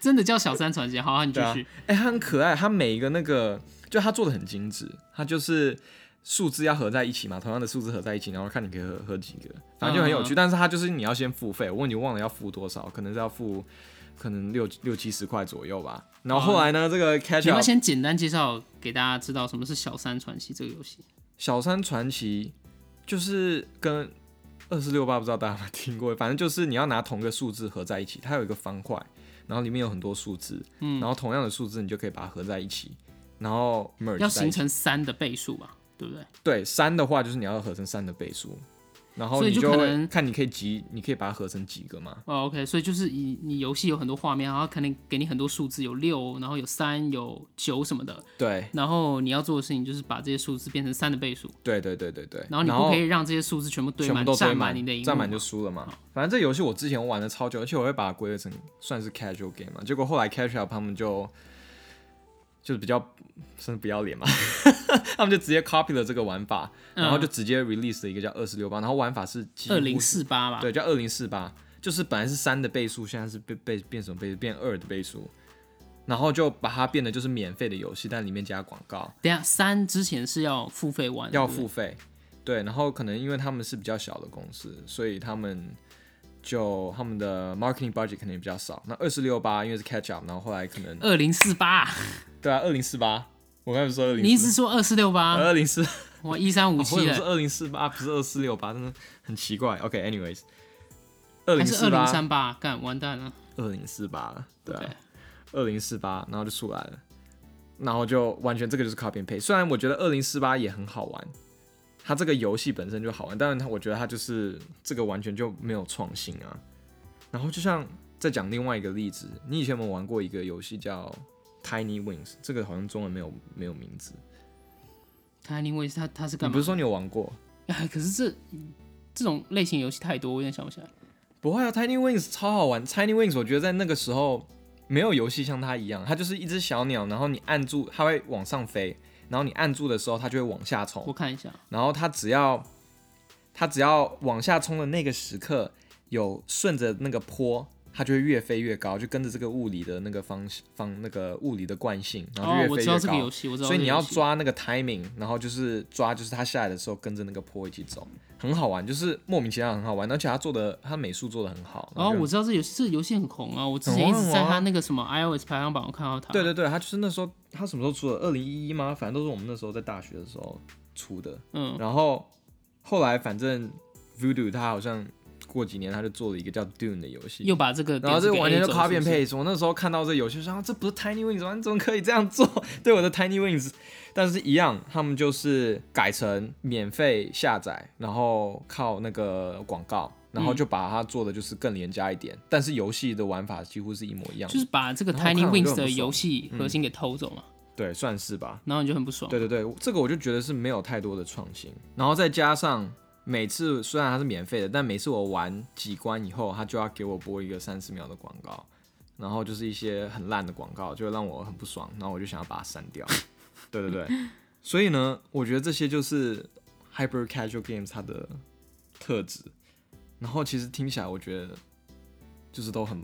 [SPEAKER 1] 真的叫小三传奇。好啊，你继
[SPEAKER 2] 对啊
[SPEAKER 1] 续。，
[SPEAKER 2] 哎、它很可爱，它每一个那个就它做的很精致，它就是。数字要合在一起嘛，同样的数字合在一起，然后看你可以合合几个，反正就很有趣。但是它就是你要先付费，我问你忘了要付多少，可能是要付可能六六七十块左右吧。然后后来呢，这个 Catch
[SPEAKER 1] 你要不
[SPEAKER 2] Up
[SPEAKER 1] 要先简单介绍给大家知道什么是小三传奇这个游戏？
[SPEAKER 2] 小三传奇就是跟二四六八不知道大家有没有听过，反正就是你要拿同个数字合在一起，它有一个方块，然后里面有很多数字，嗯，然后同样的数字你就可以把它合在一起，然后 merge
[SPEAKER 1] 要
[SPEAKER 2] 在一
[SPEAKER 1] 形
[SPEAKER 2] 起。
[SPEAKER 1] 成三的倍数吧，对不对？
[SPEAKER 2] 对三的话，就是你要合成三的倍数，然后
[SPEAKER 1] 所以
[SPEAKER 2] 你
[SPEAKER 1] 就可
[SPEAKER 2] 会
[SPEAKER 1] 能
[SPEAKER 2] 看你可以几，你可以把它合成几个嘛？
[SPEAKER 1] 哦、o k 所以就是以你游戏有很多画面，然后可能给你很多数字，有六，然后有三，有九什么的，
[SPEAKER 2] 对，
[SPEAKER 1] 然后你要做的事情就是把这些数字变成三的倍数，
[SPEAKER 2] 对对对对对。
[SPEAKER 1] 然后你不可以让这些数字全部堆
[SPEAKER 2] 全部
[SPEAKER 1] 满，
[SPEAKER 2] 都堆
[SPEAKER 1] 占
[SPEAKER 2] 满，
[SPEAKER 1] 满你的荧幕嘛，
[SPEAKER 2] 占满就输了嘛。反正这游戏我之前玩的超久，而且我会把它归类成算是 casual game 嘛。结果后来 catch up 他们就就是比较甚至不要脸嘛， <laughs> 他们就直接 copy 了这个玩法，然后就直接 release 了一个叫二十六八，然后玩法是几
[SPEAKER 1] 嗯
[SPEAKER 2] 乎
[SPEAKER 1] 二零四八吧，
[SPEAKER 2] 对叫二零四八，就是本来是三的倍数，现在是被被变成倍变二的倍数。然后就把它变得就是免费的游戏，但里面加广告，
[SPEAKER 1] 等一下三之前是要付费玩的，
[SPEAKER 2] 要
[SPEAKER 1] 对不对
[SPEAKER 2] 付费。对，然后可能因为他们是比较小的公司，所以他们就他们的 marketing budget 可能也比较少。那二四六八因为是 catch up，然后后来可能
[SPEAKER 1] 二零四八，
[SPEAKER 2] 对啊，二零四八，我刚才说二零，
[SPEAKER 1] 你一直说二四六八，
[SPEAKER 2] 二零四
[SPEAKER 1] 我一三五
[SPEAKER 2] 我
[SPEAKER 1] 七
[SPEAKER 2] 为什么是
[SPEAKER 1] 了，
[SPEAKER 2] 二零四八，不是二四六八，真的很奇怪。OK，anyways，、二
[SPEAKER 1] 还
[SPEAKER 2] 零
[SPEAKER 1] 是
[SPEAKER 2] 四
[SPEAKER 1] 二零
[SPEAKER 2] 八，
[SPEAKER 1] 三八？干完蛋了，
[SPEAKER 2] 二零四八了，对啊
[SPEAKER 1] 对，
[SPEAKER 2] 二零四八，然后就出来了，然后就完全这个就是 copy and paste。虽然我觉得二零四八也很好玩，它这个游戏本身就好玩，但是它我觉得它就是这个完全就没有创新啊。然后就像再讲另外一个例子，你以前有没有玩过一个游戏叫 Tiny Wings？这个好像中文没有没有名字，
[SPEAKER 1] 他因为他他是
[SPEAKER 2] 你
[SPEAKER 1] 干
[SPEAKER 2] 不
[SPEAKER 1] 嘛
[SPEAKER 2] 是？说你有玩过？
[SPEAKER 1] 哎，可是这这种类型游戏太多，我有点想不起来。
[SPEAKER 2] 不会啊，Tiny Wings 超好玩。Tiny Wings 我觉得在那个时候没有游戏像它一样，它就是一只小鸟，然后你按住它会往上飞，然后你按住的时候它就会往下
[SPEAKER 1] 我
[SPEAKER 2] 冲，
[SPEAKER 1] 看一下，
[SPEAKER 2] 然后它只要它只要往下冲的那个时刻有顺着那个坡，它就会越飞越高，就跟着这个物理的那个方方那个物理的惯性，然后
[SPEAKER 1] 哦，
[SPEAKER 2] 就
[SPEAKER 1] 我知
[SPEAKER 2] 越飞
[SPEAKER 1] 道
[SPEAKER 2] 越
[SPEAKER 1] 这个
[SPEAKER 2] 高
[SPEAKER 1] 游。戏，我知道
[SPEAKER 2] 所
[SPEAKER 1] 这
[SPEAKER 2] 以
[SPEAKER 1] 个游戏。
[SPEAKER 2] 你要抓那个 timing，然后就是抓，就是它下来的时候跟着那个坡一起走，很好玩，就是莫名其妙很好玩，而且它做的它美术做的很好。然
[SPEAKER 1] 哦
[SPEAKER 2] 后，就
[SPEAKER 1] 我知道这游戏，这游戏很红啊！我之前
[SPEAKER 2] 很
[SPEAKER 1] 一
[SPEAKER 2] 红
[SPEAKER 1] 直在
[SPEAKER 2] 很红
[SPEAKER 1] 他
[SPEAKER 2] 啊
[SPEAKER 1] 那个什么 iOS 排行榜，我看到他。
[SPEAKER 2] 对对对，它就是那时候它什么时候出的？二零一一吗？反正都是我们那时候在大学的时候出的。
[SPEAKER 1] 嗯，
[SPEAKER 2] 然后后来反正 Voodoo 它好像过几年它就做了一个叫 Dune 的游戏，
[SPEAKER 1] 又把这个
[SPEAKER 2] 然后
[SPEAKER 1] 点
[SPEAKER 2] 这
[SPEAKER 1] 子给
[SPEAKER 2] 完全
[SPEAKER 1] A
[SPEAKER 2] 就
[SPEAKER 1] 走
[SPEAKER 2] copy
[SPEAKER 1] 是
[SPEAKER 2] and
[SPEAKER 1] 不是
[SPEAKER 2] paste。我那时候看到这游戏说、啊，这不是 Tiny Wings 吗？你怎么可以这样做？对我的 Tiny Wings，但是一样，他们就是改成免费下载，然后靠那个广告，然
[SPEAKER 1] 嗯
[SPEAKER 2] 后就把它做的就是更廉价一点，但是游戏的玩法几乎是一模一样的，
[SPEAKER 1] 就是把这个
[SPEAKER 2] 然后我看
[SPEAKER 1] Tiny
[SPEAKER 2] 了我就很
[SPEAKER 1] Wings
[SPEAKER 2] 不
[SPEAKER 1] 的
[SPEAKER 2] 爽嗯
[SPEAKER 1] 游戏核心给偷走嘛，
[SPEAKER 2] 对，算是吧。
[SPEAKER 1] 然后你就很不爽。
[SPEAKER 2] 对对对，这个我就觉得是没有太多的创新，然后再加上每次虽然它是免费的，但每次我玩几关以后，它就要给我播一个三十秒的广告，然后就是一些很烂的广告，就会让我很不爽，然后我就想要把它删掉。对对对，所以呢，我觉得这些就是 hyper casual games 它的特质，然后其实听起来我觉得就是都很。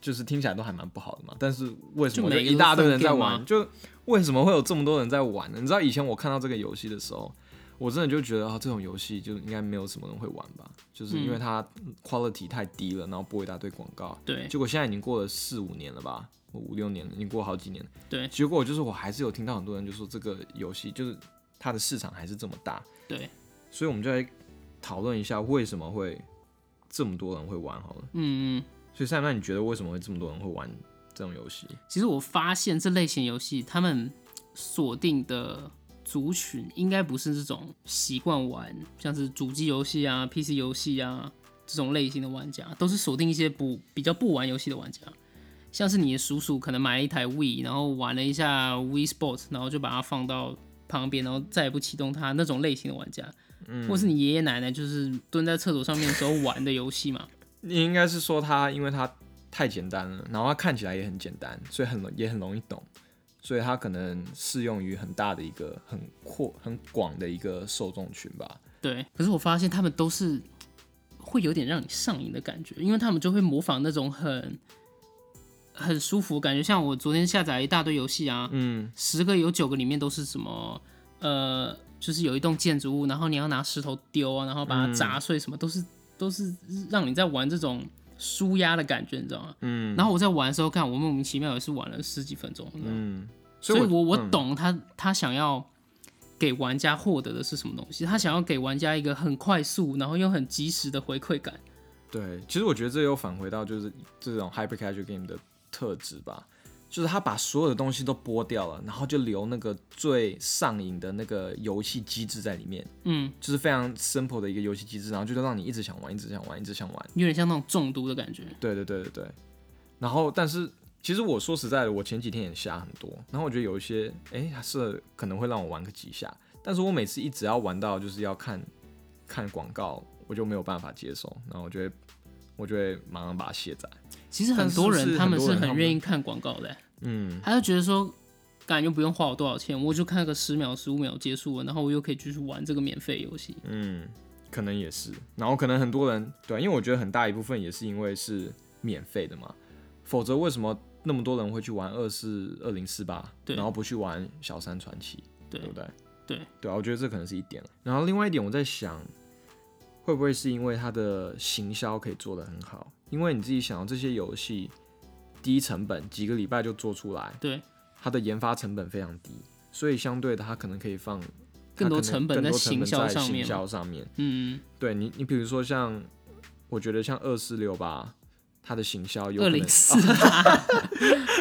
[SPEAKER 2] 就是听起来都还蛮不好的嘛，但是为什
[SPEAKER 1] 就
[SPEAKER 2] 么
[SPEAKER 1] 每
[SPEAKER 2] 就
[SPEAKER 1] 个
[SPEAKER 2] 一
[SPEAKER 1] 都
[SPEAKER 2] 大堆
[SPEAKER 1] 分
[SPEAKER 2] 人在
[SPEAKER 1] 店吗
[SPEAKER 2] 玩？就为什么会有这么多人在玩呢？你知道以前我看到这个游戏的时候，我真的就觉得啊，这种游戏就应该没有什么人会玩吧，就是因为
[SPEAKER 1] 嗯
[SPEAKER 2] 它 quality 太低了，然后播一大堆广告。
[SPEAKER 1] 对
[SPEAKER 2] 结果现在已经过了四五年了吧，五六年了，已经过好几年了。
[SPEAKER 1] 对
[SPEAKER 2] 结果就是我还是有听到很多人就说这个游戏就是它的市场还是这么大，
[SPEAKER 1] 对，
[SPEAKER 2] 所以我们就来讨论一下为什么会这么多人会玩好了。
[SPEAKER 1] 嗯嗯。
[SPEAKER 2] 所以塞曼，你觉得为什么会这么多人会玩这种游戏？
[SPEAKER 1] 其实我发现这类型游戏，他们锁定的族群应该不是这种习惯玩像是主机游戏啊、PC 游戏啊这种类型的玩家，都是锁定一些不比较不玩游戏的玩家。像是你的叔叔可能买了一台 Wii，然后玩了一下 Wii Sports，然后就把它放到旁边，然后再也不启动它那种类型的玩家，或是你爷爷奶奶就是蹲在厕所上面的时候玩的游戏嘛。
[SPEAKER 2] 你应该是说它，因为它太简单了，然后它看起来也很简单，所以很容也很容易懂，所以它可能适用于很大的一个很阔很广的一个受众群吧。
[SPEAKER 1] 对，可是我发现他们都是会有点让你上瘾的感觉，因为他们就会模仿那种很很舒服的感觉。像我昨天下载一大堆游戏啊，
[SPEAKER 2] 嗯，
[SPEAKER 1] 十个有九个里面都是什么呃，就是有一栋建筑物，然后你要拿石头丢啊，然后把它砸碎，什么、都是都是让你在玩这种舒压的感觉，你知道吗？嗯。然后我在玩的时候，看我莫名其妙也是玩了十几分钟，你知道吗
[SPEAKER 2] 嗯所
[SPEAKER 1] 所
[SPEAKER 2] 以
[SPEAKER 1] 以
[SPEAKER 2] 我
[SPEAKER 1] 我
[SPEAKER 2] 嗯
[SPEAKER 1] 我懂他他想要给玩家获得的是什么东西，他想要给玩家一个很快速，然后又很及时的回馈感。
[SPEAKER 2] 对，其实我觉得这又返回到就是这种 hyper casual game 的特质吧，就是它把所有的东西都剥掉了，然后就留那个最上瘾的那个游戏机制在里面，
[SPEAKER 1] 嗯，
[SPEAKER 2] 就是非常 simple 的一个游戏机制，然后就让你一直想玩，一直想玩，一直想玩。
[SPEAKER 1] 有点像那种中毒的感觉。
[SPEAKER 2] 对对对对对。然后，但是其实我说实在的，我前几天也下很多，然后我觉得有一些，哎，它是可能会让我玩个几下，但是我每次一直要玩到就是要看看广告，我就没有办法接受，然后我就会我就会马上把它卸载。
[SPEAKER 1] 其实
[SPEAKER 2] 但
[SPEAKER 1] 很
[SPEAKER 2] 是
[SPEAKER 1] 多
[SPEAKER 2] 是
[SPEAKER 1] 人
[SPEAKER 2] 很
[SPEAKER 1] 他们
[SPEAKER 2] 多
[SPEAKER 1] 是
[SPEAKER 2] 人
[SPEAKER 1] 很
[SPEAKER 2] 他
[SPEAKER 1] 愿
[SPEAKER 2] 们
[SPEAKER 1] 意看广告的、
[SPEAKER 2] 嗯，
[SPEAKER 1] 他就觉得说，感觉不用花我多少钱，我就看个十秒、十五秒结束了，然后我又可以继续玩这个免费游戏。
[SPEAKER 2] 嗯，可能也是。然后可能很啊多人对，因为我觉得很大一部分也是因为是免费的嘛，否则为什么那么多人会去玩二四二零四八，
[SPEAKER 1] 对
[SPEAKER 2] 然后不去玩小三传奇，
[SPEAKER 1] 对
[SPEAKER 2] 对不对？
[SPEAKER 1] 对
[SPEAKER 2] 对啊，我觉得这可能是一点了。然后另外一点，我在想，会不会是因为它的行销可以做得很好？因为你自己想，这些游戏低成本，几个礼拜就做出来，
[SPEAKER 1] 对，
[SPEAKER 2] 它的研发成本非常低，所以相对的，它可能可以放
[SPEAKER 1] 更多
[SPEAKER 2] 它可能
[SPEAKER 1] 成本
[SPEAKER 2] 更
[SPEAKER 1] 在
[SPEAKER 2] 多
[SPEAKER 1] 行
[SPEAKER 2] 成本
[SPEAKER 1] 销
[SPEAKER 2] 在
[SPEAKER 1] 上面
[SPEAKER 2] 行
[SPEAKER 1] 嘛
[SPEAKER 2] 销上面，
[SPEAKER 1] 嗯，
[SPEAKER 2] 对你，你比如说像，我觉得像二四六吧，它的行销有
[SPEAKER 1] 二
[SPEAKER 2] 可
[SPEAKER 1] 零
[SPEAKER 2] 能
[SPEAKER 1] 四
[SPEAKER 2] <laughs>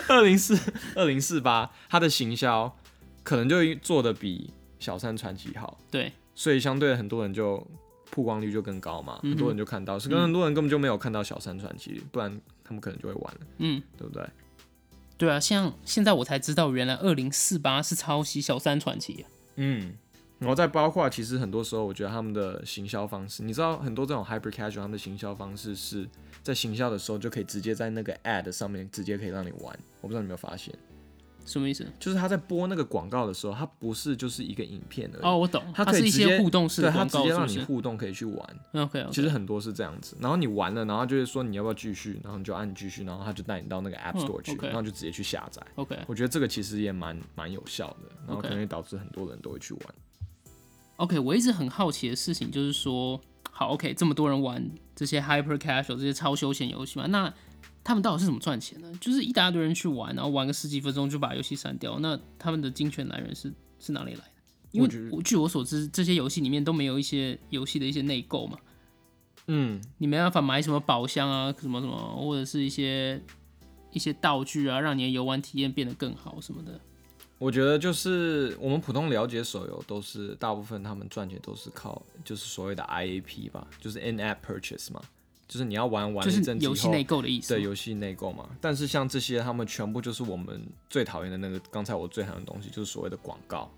[SPEAKER 2] 二零四二零四八，它的行销可能就做的比小三传奇好，
[SPEAKER 1] 对
[SPEAKER 2] 所以相对很多人就曝光率就更高嘛，
[SPEAKER 1] 嗯
[SPEAKER 2] 很多人就看到，是跟很多人根本就没有看到小三传奇，不然他们可能就会玩了，
[SPEAKER 1] 嗯，
[SPEAKER 2] 对不对？
[SPEAKER 1] 对啊，像现在我才知道，原来二零四八是抄袭小三传奇、啊。
[SPEAKER 2] 嗯。然后再包括，其实很多时候，我觉得他们的行销方式，你知道，很多这种 hyper casual 他们的行销方式是在行销的时候就可以直接在那个 ad 上面直接可以让你玩，我不知道你有没有发现。
[SPEAKER 1] 什么意思？
[SPEAKER 2] 就是他在播那个广告的时候，它不是就是一个影片而已，
[SPEAKER 1] 哦，我懂，
[SPEAKER 2] 它
[SPEAKER 1] 它
[SPEAKER 2] 可以
[SPEAKER 1] 是一
[SPEAKER 2] 直接
[SPEAKER 1] 些互动式
[SPEAKER 2] 对，
[SPEAKER 1] 的
[SPEAKER 2] 它
[SPEAKER 1] 广
[SPEAKER 2] 直
[SPEAKER 1] 告，
[SPEAKER 2] 接
[SPEAKER 1] 是不
[SPEAKER 2] 让你
[SPEAKER 1] 是
[SPEAKER 2] 互动可以去玩。
[SPEAKER 1] ？OK OK，
[SPEAKER 2] 其实很多是这样子，然后你玩了，然后就会说你要不要继续，然后你就按继续，然后他就带你到那个 App
[SPEAKER 1] 嗯
[SPEAKER 2] Store 去，
[SPEAKER 1] OK
[SPEAKER 2] 然后就直接去下载。
[SPEAKER 1] OK
[SPEAKER 2] 我觉得这个其实也蛮蛮有效的，然后
[SPEAKER 1] OK
[SPEAKER 2] 可能会导致很多人都会去玩。
[SPEAKER 1] OK。我一直很好奇的事情就是说，好 OK，这么多人玩这些 hyper casual 这些超休闲游戏嘛，那他们到底是怎么赚钱的？就是一大堆人去玩，然后玩个十几分钟就把游戏删掉，那他们的金钱来源是是哪里来的？因
[SPEAKER 2] 我觉
[SPEAKER 1] 为
[SPEAKER 2] 得
[SPEAKER 1] 我据我所知，这些游戏里面都没有一些游戏的一些内购嘛，
[SPEAKER 2] 嗯，
[SPEAKER 1] 你没办法买什么宝箱啊，什么什么，或者是一些一些道具啊，让你的游玩体验变得更好什么的。
[SPEAKER 2] 我觉得就是我们普通了解手游都是大部分他们赚钱都是靠就是所谓的 IAP 吧，就是 In App Purchase 嘛，就是你要玩玩
[SPEAKER 1] 就
[SPEAKER 2] 了一
[SPEAKER 1] 是
[SPEAKER 2] 阵子以
[SPEAKER 1] 游
[SPEAKER 2] 后，
[SPEAKER 1] 戏内购的意思
[SPEAKER 2] 对
[SPEAKER 1] 吗。
[SPEAKER 2] 游戏内购嘛。但是像这些，他们全部就是我们最讨厌的那个，刚才我最讨厌的东西，就是所谓的广告，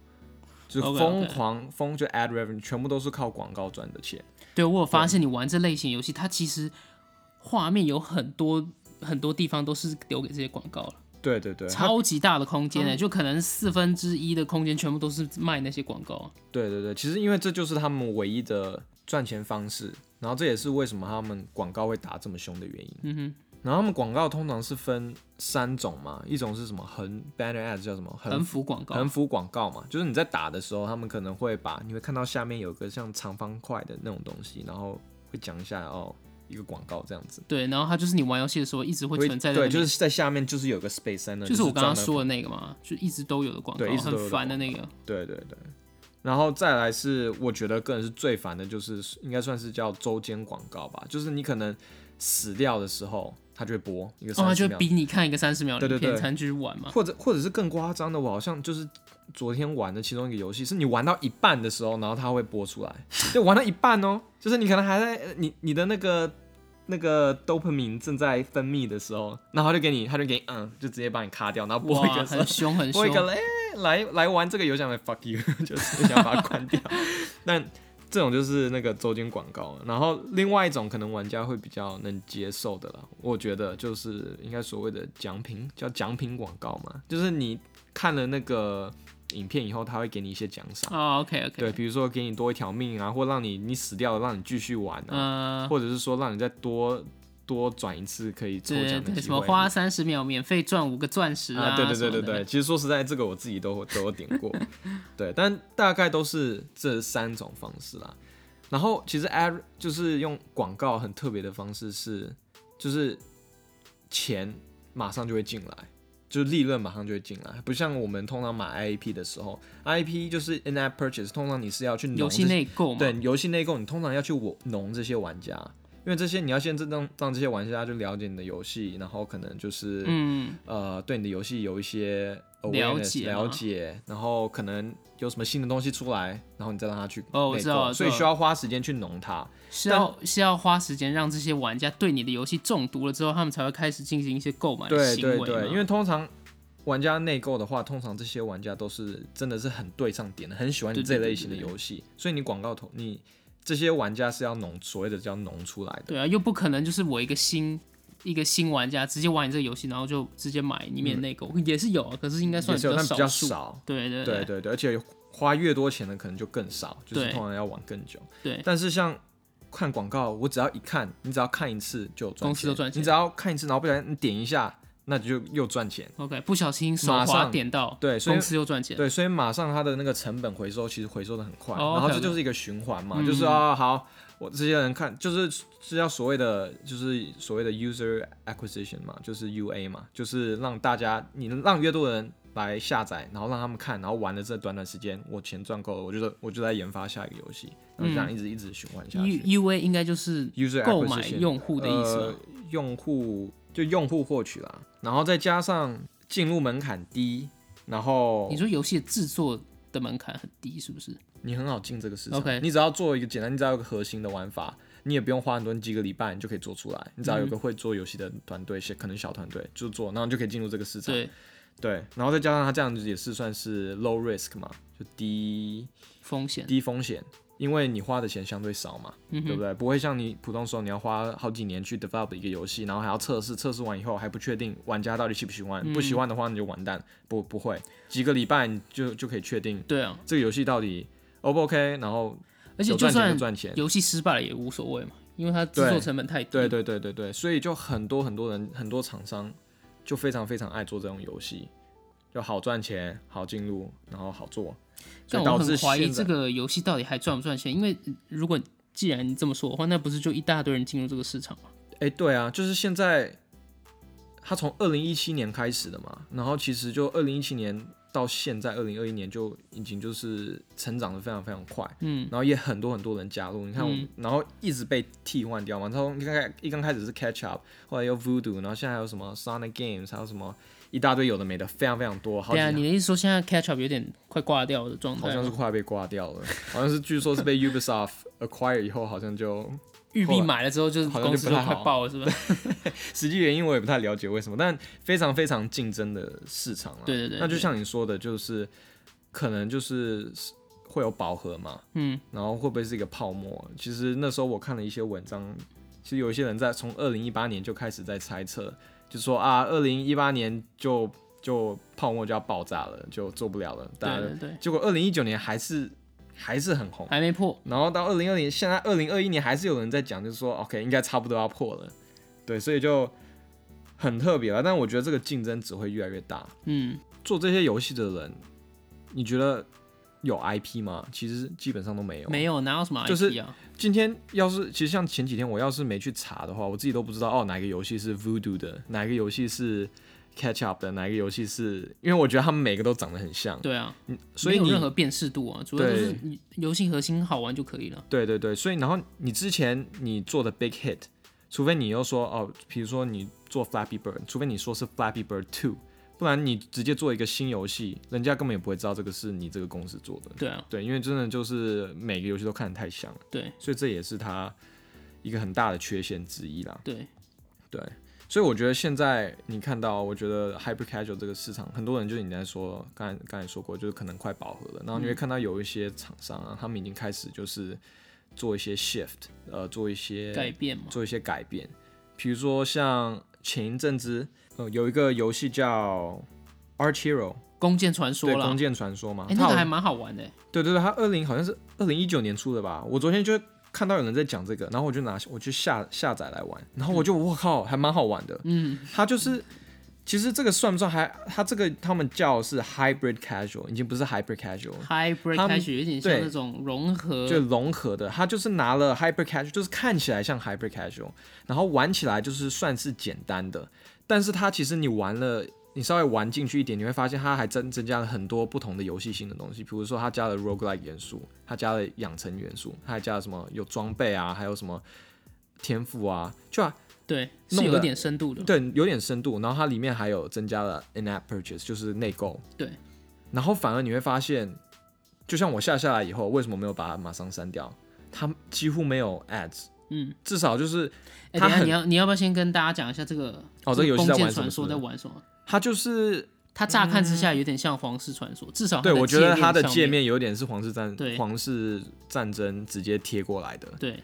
[SPEAKER 2] 就是
[SPEAKER 1] OK，OK
[SPEAKER 2] 疯狂疯就 ad revenue，全部都是靠广告赚的钱。
[SPEAKER 1] 对我有发现，你玩这类型游戏，它其实画面有很多很多地方都是留给这些广告了，
[SPEAKER 2] 对对对，嗯
[SPEAKER 1] <laughs>
[SPEAKER 2] 它
[SPEAKER 1] 超级大的空间呢、欸就可能四分之一的空间全部都是卖那些广告啊。
[SPEAKER 2] 对对对，其实因为这就是他们唯一的赚钱方式，然后这也是为什么他们广告会打这么凶的原因。嗯哼。然后他们广告通常是分三种嘛，一种是什么横 banner ads 叫什么横
[SPEAKER 1] 横幅广告
[SPEAKER 2] 横幅广告嘛，就是你在打的时候，他们可能会把你会看到下面有个像长方块的那种东西，然后会讲一下哦一个广告这样子，
[SPEAKER 1] 对，然后它就是你玩游戏的时候一直会存在的，
[SPEAKER 2] 对，就是在下面就是有个 space 在那，
[SPEAKER 1] 就是我刚刚
[SPEAKER 2] 专门
[SPEAKER 1] 说的那个嘛，就一直都有的广告，
[SPEAKER 2] 对一直都有的
[SPEAKER 1] 很烦的那个。
[SPEAKER 2] 对对对，然后再来是我觉得个人是最烦的，就是应该算是叫周间广告吧，就是你可能死掉的时候，它就会播一个
[SPEAKER 1] 哦，他
[SPEAKER 2] 三十
[SPEAKER 1] 就
[SPEAKER 2] 秒，
[SPEAKER 1] 逼你看一个三十秒的
[SPEAKER 2] 对
[SPEAKER 1] 影
[SPEAKER 2] 对
[SPEAKER 1] 片
[SPEAKER 2] 对
[SPEAKER 1] 才能去玩嘛。
[SPEAKER 2] 或者或者是更夸张的，我好像就是昨天玩的其中一个游戏，是你玩到一半的时候，然后它会播出来，就玩到一半哦， <laughs> 就是你可能还在呃你你的那个。那个 dopamine 正在分泌的时候，然后它就给你，它就给你，嗯，就直接把你卡掉，然后播一
[SPEAKER 1] 哇，
[SPEAKER 2] 个什
[SPEAKER 1] 很
[SPEAKER 2] 么
[SPEAKER 1] 凶很
[SPEAKER 2] <laughs> <laughs> 我
[SPEAKER 1] 凶
[SPEAKER 2] 一。个来来来玩这个游戏来 fuck you，就是 <laughs> 想把它
[SPEAKER 1] <laughs>
[SPEAKER 2] 关掉。但这种就是那个周间广告，然后另外一种可能玩家会比较能接受的啦，我觉得就是应该所谓的奖品，叫奖品广告嘛，就是你看了那个影片以后，他会给你一些奖赏，
[SPEAKER 1] 哦，OK
[SPEAKER 2] 对，
[SPEAKER 1] OK，
[SPEAKER 2] 比如说给你多一条命啊，或让你你死掉了让你继续玩啊，
[SPEAKER 1] 嗯，
[SPEAKER 2] 或者是说让你再多多转一次可以抽
[SPEAKER 1] 对
[SPEAKER 2] 奖的
[SPEAKER 1] 对，
[SPEAKER 2] 机
[SPEAKER 1] 什么
[SPEAKER 2] 会。啊
[SPEAKER 1] 花三十秒免费赚五个钻石啊
[SPEAKER 2] 对对
[SPEAKER 1] 什么
[SPEAKER 2] 对对
[SPEAKER 1] 的
[SPEAKER 2] 对，其实说实在，这个我自己都都有点
[SPEAKER 1] <laughs>
[SPEAKER 2] 过，对，但大概都是这三种方式啦。然后其实 ad 就是用广告很特别的方式是，就是钱马上就会进来，就是利润马上就会进来，不像我们通常买 IAP 的时候，IAP 就是 in app purchase，通常你是要去
[SPEAKER 1] 游
[SPEAKER 2] 农
[SPEAKER 1] 戏
[SPEAKER 2] 这
[SPEAKER 1] 内啊购嘛。
[SPEAKER 2] 对，游戏内购，你通常要去我农这些玩家，因为这些你要先真正让这些玩家就了解你的游戏，然后可能就是
[SPEAKER 1] 嗯，
[SPEAKER 2] 呃，对你的游戏有一些 awareness,
[SPEAKER 1] 了解吗
[SPEAKER 2] 了解，然后可能有什么新的东西出来，然后你再让他去
[SPEAKER 1] 哦我
[SPEAKER 2] 内
[SPEAKER 1] 知道
[SPEAKER 2] 购
[SPEAKER 1] 了
[SPEAKER 2] 所以
[SPEAKER 1] 知道
[SPEAKER 2] 需要花时间去弄它。
[SPEAKER 1] 是要是要花时间让这些玩家对你的游戏中毒了之后，他们才会开始进行一些购买的
[SPEAKER 2] 对
[SPEAKER 1] 哎行为
[SPEAKER 2] 对
[SPEAKER 1] 嘛。
[SPEAKER 2] 对，因为通常玩家内购的话，通常这些玩家都是真的是很对上点的，很喜欢你
[SPEAKER 1] 对
[SPEAKER 2] 这
[SPEAKER 1] 对对
[SPEAKER 2] 类型的
[SPEAKER 1] 对对
[SPEAKER 2] 游戏，所以你广告投你这些玩家是要弄所谓的叫弄出来的。
[SPEAKER 1] 对啊，又不可能就是我一个新一个新玩家直接玩你这个游戏，然后就直接买里面内购，也是有啊，可是应该
[SPEAKER 2] 嗯也
[SPEAKER 1] 算
[SPEAKER 2] 是有，但比较
[SPEAKER 1] 少数。
[SPEAKER 2] 少，
[SPEAKER 1] 对对
[SPEAKER 2] 对
[SPEAKER 1] 对
[SPEAKER 2] 对对，而且花越多钱的可能就更少，就是
[SPEAKER 1] 对
[SPEAKER 2] 通常要玩更久。
[SPEAKER 1] 对
[SPEAKER 2] 但是像看广告，我只要一看，你只要看一次就有赚
[SPEAKER 1] 公司就赚钱
[SPEAKER 2] 你只要看一次，然后不小心你点一下，那就又赚钱。
[SPEAKER 1] OK，不小心手
[SPEAKER 2] 马
[SPEAKER 1] 滑
[SPEAKER 2] 上
[SPEAKER 1] 点到，
[SPEAKER 2] 对所以
[SPEAKER 1] 公司又赚钱。
[SPEAKER 2] 对，所以马上它的那个成本回收其实回收的很快，
[SPEAKER 1] 哦
[SPEAKER 2] 然后这
[SPEAKER 1] OK，OK
[SPEAKER 2] 就是一个循环嘛，就是啊好，我这些人看就是是要所谓的就是所谓的 user acquisition 嘛，就是 UA 嘛，就是让大家你让越多人来下载，然后让他们看，然后玩了这短短时间，我钱赚够了，我就我就在研发下一个游戏，然后这样一直一直循环下
[SPEAKER 1] U
[SPEAKER 2] 去。
[SPEAKER 1] U A 应该就是
[SPEAKER 2] ，user
[SPEAKER 1] 购买
[SPEAKER 2] acquisition
[SPEAKER 1] 用户的意思吗？
[SPEAKER 2] 呃、用户就用户获取啦，然后再加上进入门槛低，然后
[SPEAKER 1] 你说游戏制作的门槛很低，是不是？
[SPEAKER 2] 你很好进这个市场。
[SPEAKER 1] OK
[SPEAKER 2] 你只要做一个简单，你只要有个核心的玩法，你也不用花很多几个礼拜，你就可以做出来。你只要
[SPEAKER 1] 嗯
[SPEAKER 2] 有个会做游戏的团队，小可能小团队就做，然后你就可以进入这个市场。
[SPEAKER 1] 对，
[SPEAKER 2] 对然后再加上它这样子也是算是 low risk 嘛，就低
[SPEAKER 1] 风险。
[SPEAKER 2] 低风险。因为你花的钱相对少嘛，
[SPEAKER 1] 嗯
[SPEAKER 2] 对不对？不会像你普通时候你要花好几年去 develop 一个游戏，然后还要测试，测试完以后还不确定玩家到底喜不喜欢，
[SPEAKER 1] 嗯
[SPEAKER 2] 不喜欢的话你就完蛋。不不会，几个礼拜你就就可以确定
[SPEAKER 1] 对啊，
[SPEAKER 2] 这个游戏到底 O 不 OK，然后
[SPEAKER 1] 而且
[SPEAKER 2] 有
[SPEAKER 1] 就
[SPEAKER 2] 赚钱
[SPEAKER 1] 算
[SPEAKER 2] 就赚钱。
[SPEAKER 1] 游戏失败了也无所谓嘛，因为它制作
[SPEAKER 2] 对
[SPEAKER 1] 成本太低。
[SPEAKER 2] 对对对对对，所以就很多很多人很多厂商就非常非常爱做这种游戏，就好赚钱、好进入，然后好做，所
[SPEAKER 1] 但我
[SPEAKER 2] 以导致
[SPEAKER 1] 很怀疑
[SPEAKER 2] 现在
[SPEAKER 1] 这个游戏到底还赚不赚钱，因为嗯如果既然你这么说的话，那不是就一大堆人进入这个市场吗？
[SPEAKER 2] 哎、对啊，就是现在，他从二零一七年开始的嘛，然后其实就二零一七年到现在二零二一年就已经就是成长的非常非常快，嗯，然后也很多很多人加入，你看
[SPEAKER 1] 嗯
[SPEAKER 2] 我，然后一直被替换掉嘛，从一刚开一刚开始是 Catch Up，后来又 Voodoo，然后现在还有什么 Sonic Games，还有什么一大堆有的没的，非常非常多，好
[SPEAKER 1] 对
[SPEAKER 2] 几
[SPEAKER 1] 啊，你的啊意思说现在 catch up 有点快挂掉的状
[SPEAKER 2] 好
[SPEAKER 1] 态
[SPEAKER 2] 像是
[SPEAKER 1] 吗，
[SPEAKER 2] 快被挂掉了，好像是据说是被 Ubisoft <laughs> acquire 以后，好像就
[SPEAKER 1] 玉
[SPEAKER 2] 后
[SPEAKER 1] 币
[SPEAKER 2] 来
[SPEAKER 1] 买了之后就是
[SPEAKER 2] 好像
[SPEAKER 1] 公司
[SPEAKER 2] 就不太
[SPEAKER 1] 快
[SPEAKER 2] 好
[SPEAKER 1] 爆了，是吧？
[SPEAKER 2] 实际原因我也不太了解为什么，但非常非常竞争的市场啊了。
[SPEAKER 1] 对对对
[SPEAKER 2] <laughs> 那就像你说的，就是可能就是会有饱和嘛，嗯，然后会不会是一个泡沫？其实那时候我看了一些文章，其实有一些人在从二零一八年就开始在猜测，就说啊，二零一八年就就泡沫就要爆炸了，就做不了了。大
[SPEAKER 1] 对
[SPEAKER 2] 家
[SPEAKER 1] 对对，
[SPEAKER 2] 结果二零一九年还是还是很红。
[SPEAKER 1] 还没破。
[SPEAKER 2] 然后到二零二零，现在二零二一年还是有人在讲，就是说 OK 应该差不多要破了，对，所以就很特别了。但我觉得这个竞争只会越来越大。
[SPEAKER 1] 嗯，
[SPEAKER 2] 做这些游戏的人，你觉得有 IP 吗？其实基本上都没有。
[SPEAKER 1] 没有，哪有什么
[SPEAKER 2] 就是
[SPEAKER 1] IP 啊？
[SPEAKER 2] 今天要是其实像前几天我要是没去查的话，我自己都不知道哦，哪个游戏是 Voodoo 的，哪个游戏是 Catch Up 的，哪个游戏是，因为我觉得他们每个都长得很像，
[SPEAKER 1] 对啊，
[SPEAKER 2] 所以
[SPEAKER 1] 没
[SPEAKER 2] 你
[SPEAKER 1] 有任何辨识度啊，主要就是
[SPEAKER 2] 对
[SPEAKER 1] 你游戏核心好玩就可以了。
[SPEAKER 2] 对对对，所以然后你之前你做的 big hit，除非你又说哦，比如说你做 Flappy Bird，除非你说是 Flappy Bird Two，不然你直接做一个新游戏，人家根本也不会知道这个是你这个公司做的。
[SPEAKER 1] 对啊，
[SPEAKER 2] 对，因为真的就是每个游戏都看得太像了，
[SPEAKER 1] 对
[SPEAKER 2] 所以这也是它一个很大的缺陷之一啦。
[SPEAKER 1] 对，
[SPEAKER 2] 对，所以我觉得现在你看到，我觉得 hyper casual 这个市场，很多人就是你在说，刚才刚才说过，就是可能快饱和了。然后你
[SPEAKER 1] 嗯
[SPEAKER 2] 会看到有一些厂商啊，他们已经开始就是做一些 shift，呃，做一些
[SPEAKER 1] 改变嘛。
[SPEAKER 2] 做一些改变，比如说像前一阵子，呃，有一个游戏叫 Arch Hero，
[SPEAKER 1] 弓箭传说
[SPEAKER 2] 对，
[SPEAKER 1] 啦
[SPEAKER 2] 弓，箭传说嘛，
[SPEAKER 1] 哎，
[SPEAKER 2] 它
[SPEAKER 1] 那
[SPEAKER 2] 好
[SPEAKER 1] 个还蛮好玩的欸。
[SPEAKER 2] 对对对，它二零好像是二零一九年出的吧？我昨天就看到有人在讲这个，然后我就拿我就下下载来玩，然后我就我靠，还蛮好玩的。嗯，它就是其实这个算不算还它这个他们叫是 hybrid casual，已经不是 hybrid casual，
[SPEAKER 1] Hybrid
[SPEAKER 2] 他们
[SPEAKER 1] 开始有点像
[SPEAKER 2] 对
[SPEAKER 1] 那种融合，
[SPEAKER 2] 就融合的，它就是拿了 hyper casual，就是看起来像 hyper casual，然后玩起来就是算是简单的，但是它其实你玩了，你稍微玩进去一点，你会发现它还增增加了很多不同的游戏性的东西，比如说它加了 roguelike 元素，它加了养成元素，它还加了什么有装备啊，还有什么天赋啊，就、啊、
[SPEAKER 1] 对，是
[SPEAKER 2] 弄
[SPEAKER 1] 有
[SPEAKER 2] 得
[SPEAKER 1] 一点深度的。
[SPEAKER 2] 对有点深度，然后它里面还有增加了 in app purchase，就是内购，
[SPEAKER 1] 对，
[SPEAKER 2] 然后反而你会发现，就像我下下来以后，为什么没有把它马上删掉？它几乎没有 ads，
[SPEAKER 1] 嗯，
[SPEAKER 2] 至少就是
[SPEAKER 1] 哎，
[SPEAKER 2] 它
[SPEAKER 1] 等一下
[SPEAKER 2] 很
[SPEAKER 1] 你要你要不要先跟大家讲一下这个？
[SPEAKER 2] 哦这个游戏
[SPEAKER 1] 弓
[SPEAKER 2] 在玩
[SPEAKER 1] 箭
[SPEAKER 2] 什么
[SPEAKER 1] 传说
[SPEAKER 2] 是不
[SPEAKER 1] 在
[SPEAKER 2] 是
[SPEAKER 1] 玩什么？
[SPEAKER 2] 它就是
[SPEAKER 1] 它乍看之下有点像皇室传说，至少它
[SPEAKER 2] 嗯对
[SPEAKER 1] 的
[SPEAKER 2] 我觉得
[SPEAKER 1] 界
[SPEAKER 2] 它的
[SPEAKER 1] 上
[SPEAKER 2] 界面有点是皇室战
[SPEAKER 1] 对
[SPEAKER 2] 皇室战争直接贴过来的，
[SPEAKER 1] 对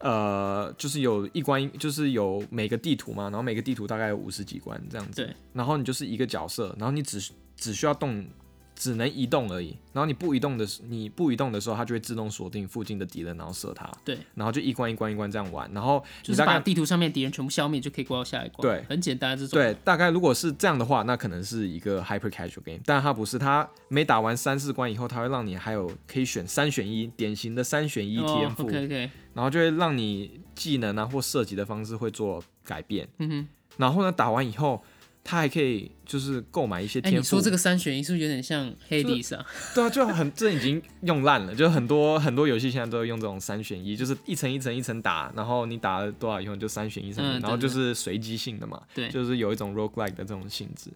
[SPEAKER 2] 呃，就是有一关，就是有每个地图嘛，然后每个地图大概有五十几关这样子，
[SPEAKER 1] 对
[SPEAKER 2] 然后你就是一个角色，然后你只只需要动只能移动而已。然后你不移动的时，你不移动的时候，它就会自动锁定附近的敌人，然后射它。
[SPEAKER 1] 对，
[SPEAKER 2] 然后就一关一关一关这样玩。然后
[SPEAKER 1] 就
[SPEAKER 2] 你
[SPEAKER 1] 是
[SPEAKER 2] 大
[SPEAKER 1] 把
[SPEAKER 2] 概
[SPEAKER 1] 地图上面敌人全部消灭，就可以过到下一关。
[SPEAKER 2] 对
[SPEAKER 1] 很简单，啊这种。哦
[SPEAKER 2] 对，大概如果是这样的话，那可能是一个 hyper casual game，但它不是，它每打完三四关以后，它会让你还有可以选三选一，典型的三选一天赋，
[SPEAKER 1] 哦 OK OK，
[SPEAKER 2] 然后就会让你技能啊或射击的方式会做改变。
[SPEAKER 1] 嗯哼。
[SPEAKER 2] 然后呢，打完以后，它还可以就是购买一些
[SPEAKER 1] 哎、
[SPEAKER 2] 天赋。
[SPEAKER 1] 你说这个三选一是不是有点像 Hades 啊？
[SPEAKER 2] 对啊，就很这已经用烂了，就很多很多游戏现在都会用这种三选一，就是一层一层一层打，然后你打了多少以后你就三选一三选一，
[SPEAKER 1] 嗯
[SPEAKER 2] 然后就
[SPEAKER 1] 对
[SPEAKER 2] 是随机性的嘛，
[SPEAKER 1] 对
[SPEAKER 2] 就是有一种 roguelike 的这种性质。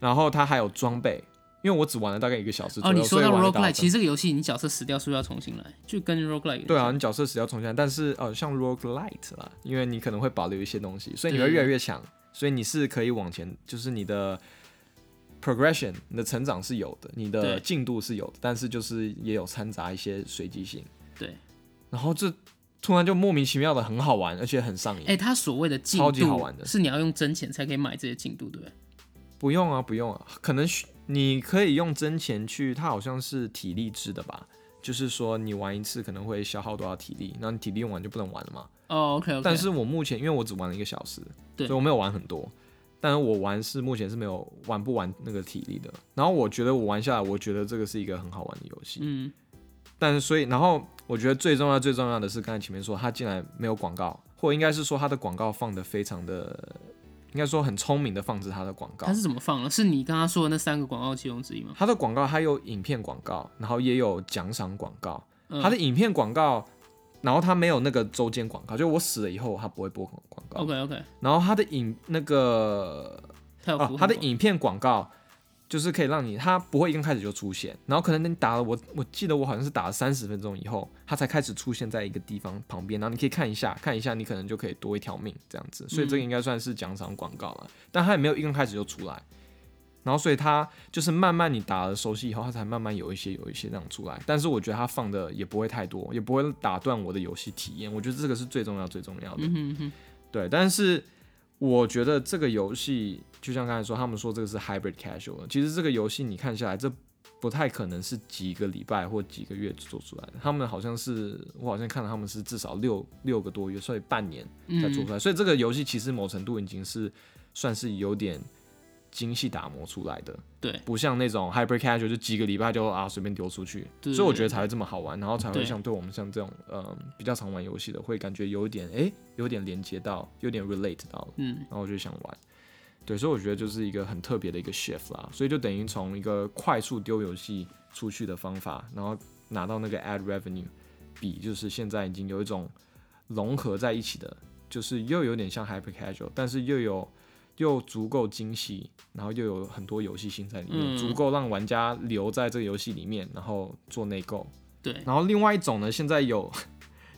[SPEAKER 2] 然后它还有装备，因为我只玩了大概一个小时左
[SPEAKER 1] 哦，你
[SPEAKER 2] 右，
[SPEAKER 1] 说
[SPEAKER 2] 所以
[SPEAKER 1] 到
[SPEAKER 2] 玩得到
[SPEAKER 1] roguelike，其实
[SPEAKER 2] 实
[SPEAKER 1] 这个游戏你角色死掉是不是要重新来？就跟 roguelike 有点
[SPEAKER 2] 对啊，
[SPEAKER 1] 像，
[SPEAKER 2] 你角色死要重新来，但是呃像 roguelite 啦，因为你可能会保留一些东西，所以你
[SPEAKER 1] 对
[SPEAKER 2] 会越来越强，所以你是可以往前，就是你的。progression，你的成长是有的，你的
[SPEAKER 1] 对
[SPEAKER 2] 进度是有的，但是就是也有掺杂一些随机性。
[SPEAKER 1] 对。
[SPEAKER 2] 然后这突然就莫名其妙的很好玩，而且很上瘾。
[SPEAKER 1] 哎、它所谓的进
[SPEAKER 2] 超级好玩
[SPEAKER 1] 度
[SPEAKER 2] 的
[SPEAKER 1] 是你要用真钱才可以买这些进度，对不对？
[SPEAKER 2] 不用啊，不用啊，可能需你可以用真钱去，它好像是体力制的吧。就是说，你玩一次可能会消耗多少体力，那你体力用完就不能玩了嘛。
[SPEAKER 1] 哦，OK，OK、o k OK，
[SPEAKER 2] 但是我目前因为我只玩了一个小时，
[SPEAKER 1] 对
[SPEAKER 2] 所以我没有玩很多。但是我玩是目前是没有玩不玩那个体力的。然后我觉得我玩下来，我觉得这个是一个很好玩的游戏。
[SPEAKER 1] 嗯，
[SPEAKER 2] 但是所以，然后我觉得最重要、最重要的是，刚才前面说它竟然没有广告，或应该是说它的广告放的非常的，应该说很聪明的放置它的广告
[SPEAKER 1] 它。是怎么放的？是你刚刚说的那三个广告其中之一吗？
[SPEAKER 2] 它的广告它有影片广告，然后也有奖赏广告。
[SPEAKER 1] 嗯
[SPEAKER 2] 它的影片广告，然后它没有那个周间广告，就我死了以后它不会播广广告。
[SPEAKER 1] OK OK，
[SPEAKER 2] 然后它的影那个
[SPEAKER 1] 它有
[SPEAKER 2] 啊
[SPEAKER 1] 服务、，
[SPEAKER 2] 它的影片广告就是可以让你，它不会一刚开始就出现，然后可能你打了我，我记得我好像是打了三十分钟以后，它才开始出现在一个地方旁边，然后你可以看一下，看一下，你可能就可以多一条命这样子，所以这个应该算是奖赏广告了，但它也没有一刚开始就出来。然后，所以它就是慢慢你打了熟悉以后，它才慢慢有一些有一些这样出来。但是我觉得它放的也不会太多，也不会打断我的游戏体验。我觉得这个是最重要最重要的。
[SPEAKER 1] 嗯哼嗯哼，
[SPEAKER 2] 对，但是我觉得这个游戏就像刚才说，他们说这个是 hybrid casual，其实这个游戏你看下来，这不太可能是几个礼拜或几个月做出来的。他们好像是我好像看到他们是至少六六个多月，所以半年
[SPEAKER 1] 嗯
[SPEAKER 2] 才做出来。所以这个游戏其实某程度已经是算是有点精细打磨出来的，
[SPEAKER 1] 对
[SPEAKER 2] 不像那种 hyper casual 就几个礼拜就啊随便丢出去。
[SPEAKER 1] 对
[SPEAKER 2] 所以我觉得才会这么好玩，然后才会
[SPEAKER 1] 对
[SPEAKER 2] 像对我们像这种呃比较常玩游戏的，会感觉有一点哎、诶有点连接到，有点 relate 到，
[SPEAKER 1] 嗯，
[SPEAKER 2] 然后我就想玩。对，所以我觉得就是一个很特别的一个 shift 啦，所以就等于从一个快速丢游戏出去的方法，然后拿到那个 ad revenue，比就是现在已经有一种融合在一起的，就是又有点像 hyper casual，但是又有又足够精细，然后又有很多游戏性在里
[SPEAKER 1] 嗯
[SPEAKER 2] 面，足够让玩家留在这个游戏里面，然后做内购。
[SPEAKER 1] 对，
[SPEAKER 2] 然后另外一种呢，现在有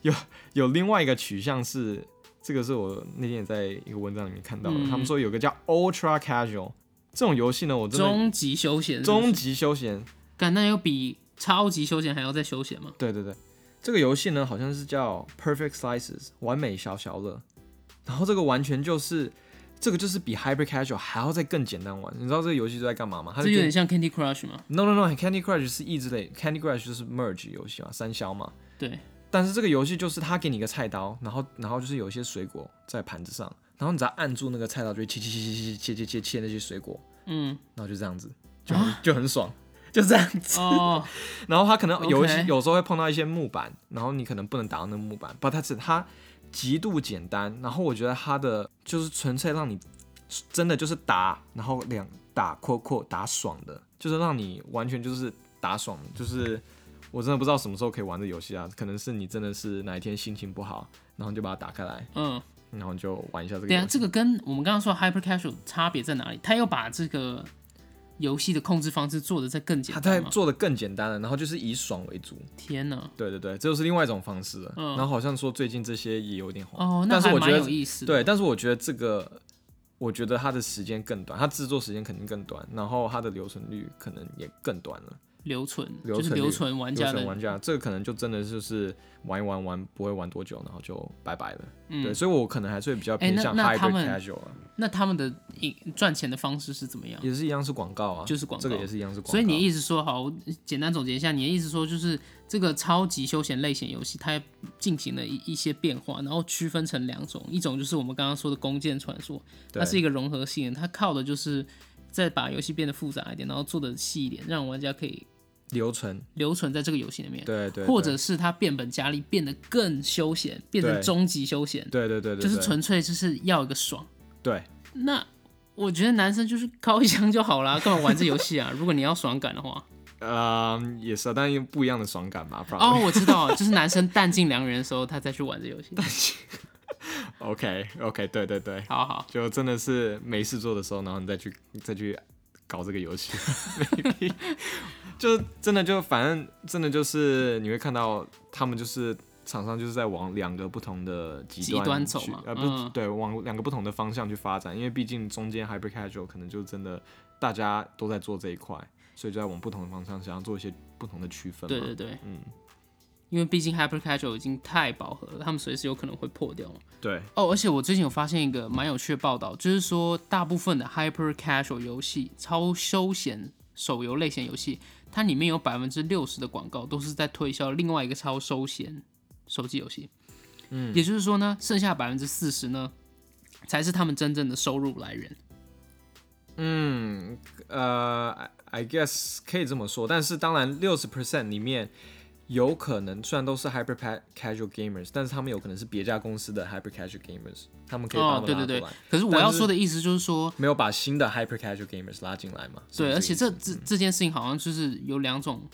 [SPEAKER 2] 有有另外一个取向是，这个是我那天也在一个文章里面看到的，
[SPEAKER 1] 嗯
[SPEAKER 2] 他们说有个叫 Ultra Casual 这种游戏呢，我真的
[SPEAKER 1] 终极休闲是不是，
[SPEAKER 2] 终极休闲，
[SPEAKER 1] 干那又比超级休闲还要再休闲吗？
[SPEAKER 2] 对对对，这个游戏呢好像是叫 Perfect Slices 完美小小乐，然后这个完全就是。这个就是比 Hyper Casual 还要再更简单玩，你知道这个游戏都在干嘛吗？它
[SPEAKER 1] 这
[SPEAKER 2] 就
[SPEAKER 1] 有点像 Candy Crush 吗？
[SPEAKER 2] No No No，Candy Crush 是益智类，Candy Crush 就是 merge 游戏嘛，三消嘛。
[SPEAKER 1] 对，
[SPEAKER 2] 但是这个游戏就是他给你一个菜刀，然后然后就是有一些水果在盘子上，然后你只要按住那个菜刀，就会切切切切切切切切切那些水果，
[SPEAKER 1] 嗯，
[SPEAKER 2] 然后就这样子，就很、就很爽，就这样子。
[SPEAKER 1] 哦，
[SPEAKER 2] 然后他可能有一些
[SPEAKER 1] OK
[SPEAKER 2] 有时候会碰到一些木板，然后你可能不能打到那个木板，不，它只它极度简单。然后我觉得它的就是纯粹让你真的就是打，然后两打扩扩打爽的，就是让你完全就是打爽，就是我真的不知道什么时候可以玩这游戏啊，可能是你真的是哪一天心情不好，然后你就把它打开来， <laughs>
[SPEAKER 1] 嗯，
[SPEAKER 2] 然后你就玩一下这个
[SPEAKER 1] 对啊，
[SPEAKER 2] 游戏。
[SPEAKER 1] 这个跟我们刚刚说的 hyper casual 差别在哪里？他又把这个游戏的控制方式做的再更简
[SPEAKER 2] 它在
[SPEAKER 1] 单吗？
[SPEAKER 2] 做的更简单了，然后就是以爽为主。
[SPEAKER 1] 天哪！
[SPEAKER 2] 对对对，这就是另外一种方式了。
[SPEAKER 1] 嗯
[SPEAKER 2] 然后好像说最近这些也有点红，
[SPEAKER 1] 哦，那
[SPEAKER 2] 但是
[SPEAKER 1] 还
[SPEAKER 2] 我
[SPEAKER 1] 蛮
[SPEAKER 2] 觉得
[SPEAKER 1] 有意思的。
[SPEAKER 2] 对，但是我觉得这个，我觉得它的时间更短，它制作时间肯定更短，然后它的留存率可能也更短了。
[SPEAKER 1] 留存，
[SPEAKER 2] 留
[SPEAKER 1] 就是
[SPEAKER 2] 存
[SPEAKER 1] 留
[SPEAKER 2] 率
[SPEAKER 1] 存玩
[SPEAKER 2] 留
[SPEAKER 1] 家
[SPEAKER 2] 存
[SPEAKER 1] 的
[SPEAKER 2] 玩家，这个可能就真的就是玩一玩玩不会玩多久，然后就拜拜了。
[SPEAKER 1] 嗯
[SPEAKER 2] 对，所以我可能还是会比较
[SPEAKER 1] 哎
[SPEAKER 2] 偏
[SPEAKER 1] 那
[SPEAKER 2] 向
[SPEAKER 1] 那他
[SPEAKER 2] hybrid
[SPEAKER 1] 们
[SPEAKER 2] casual，啊、
[SPEAKER 1] 那他们的盈赚钱的方式是怎么样？
[SPEAKER 2] 也是一样是广告啊，
[SPEAKER 1] 就是广告
[SPEAKER 2] 这个也是一样是广告。
[SPEAKER 1] 所以你的意思说，好，我简单总结一下，你的意思说就是这个超级休闲类型游戏，它进行了一一些变化，然后区分成两种，一种就是我们刚刚说的弓箭传说，它
[SPEAKER 2] 对
[SPEAKER 1] 是一个融合性的，它靠的就是再把游戏变得复杂一点，然后做的细一点，让玩家可以
[SPEAKER 2] 留存，
[SPEAKER 1] 留存在这个游戏里面，
[SPEAKER 2] 对对，
[SPEAKER 1] 或者是它变本加厉，变得更休闲，变成
[SPEAKER 2] 对
[SPEAKER 1] 终极休闲，
[SPEAKER 2] 对对对对对，
[SPEAKER 1] 就是纯粹就是要一个爽。
[SPEAKER 2] 对
[SPEAKER 1] 那我觉得男生就是靠一枪就好啦，干嘛玩这游戏啊？如果你要爽感的话。
[SPEAKER 2] 呃也是啊，但又不一样的爽感吧。
[SPEAKER 1] 哦
[SPEAKER 2] probably，
[SPEAKER 1] 我知道，就是男生弹尽粮绝的时候，他再去玩这
[SPEAKER 2] <laughs>
[SPEAKER 1] 游戏。
[SPEAKER 2] OK OK，对对对，
[SPEAKER 1] 好好，
[SPEAKER 2] 就真的是没事做的时候，然后你再去再去搞这个游戏 <laughs> ，maybe 就真的就反正真的就是你会看到他们就是厂商就是在往两个不同的极
[SPEAKER 1] 极
[SPEAKER 2] 端
[SPEAKER 1] 端走
[SPEAKER 2] 去
[SPEAKER 1] 嘛
[SPEAKER 2] 呃不是、
[SPEAKER 1] 嗯
[SPEAKER 2] 对，往两个不同的方向去发展，因为毕竟中间 hyper casual 可能就真的大家都在做这一块，所以就在往不同的方向想要做一些不同的区分嘛。
[SPEAKER 1] 对对对，
[SPEAKER 2] 嗯，
[SPEAKER 1] 因为毕竟 hyper casual 已经太饱和了，他们随时有可能会破掉嘛。
[SPEAKER 2] 对
[SPEAKER 1] 哦，而且我最近有发现一个蛮有趣的报道，就是说大部分的 hyper casual 游戏、超休闲手游类型游戏，它里面有百分之六十的广告都是在推销另外一个超休闲手机游戏。嗯，也就是说呢，剩下百分之四十呢，才是他们真正的收入来源。
[SPEAKER 2] 嗯，呃，I I guess 可以这么说，但是当然六十 percent 里面有可能虽然都是 hyper pa- casual gamers，但是他们有可能是别家公司的 hyper casual gamers，他们可以把
[SPEAKER 1] 哦
[SPEAKER 2] 他，们
[SPEAKER 1] 对
[SPEAKER 2] 拉过
[SPEAKER 1] 对
[SPEAKER 2] 来，
[SPEAKER 1] 对。可是我要
[SPEAKER 2] 但是
[SPEAKER 1] 说的意思就是说，
[SPEAKER 2] 没有把新的 hyper casual gamers 拉进来嘛？是
[SPEAKER 1] 对，
[SPEAKER 2] 不是嗯
[SPEAKER 1] 而且这这这件事情好像就是有两种，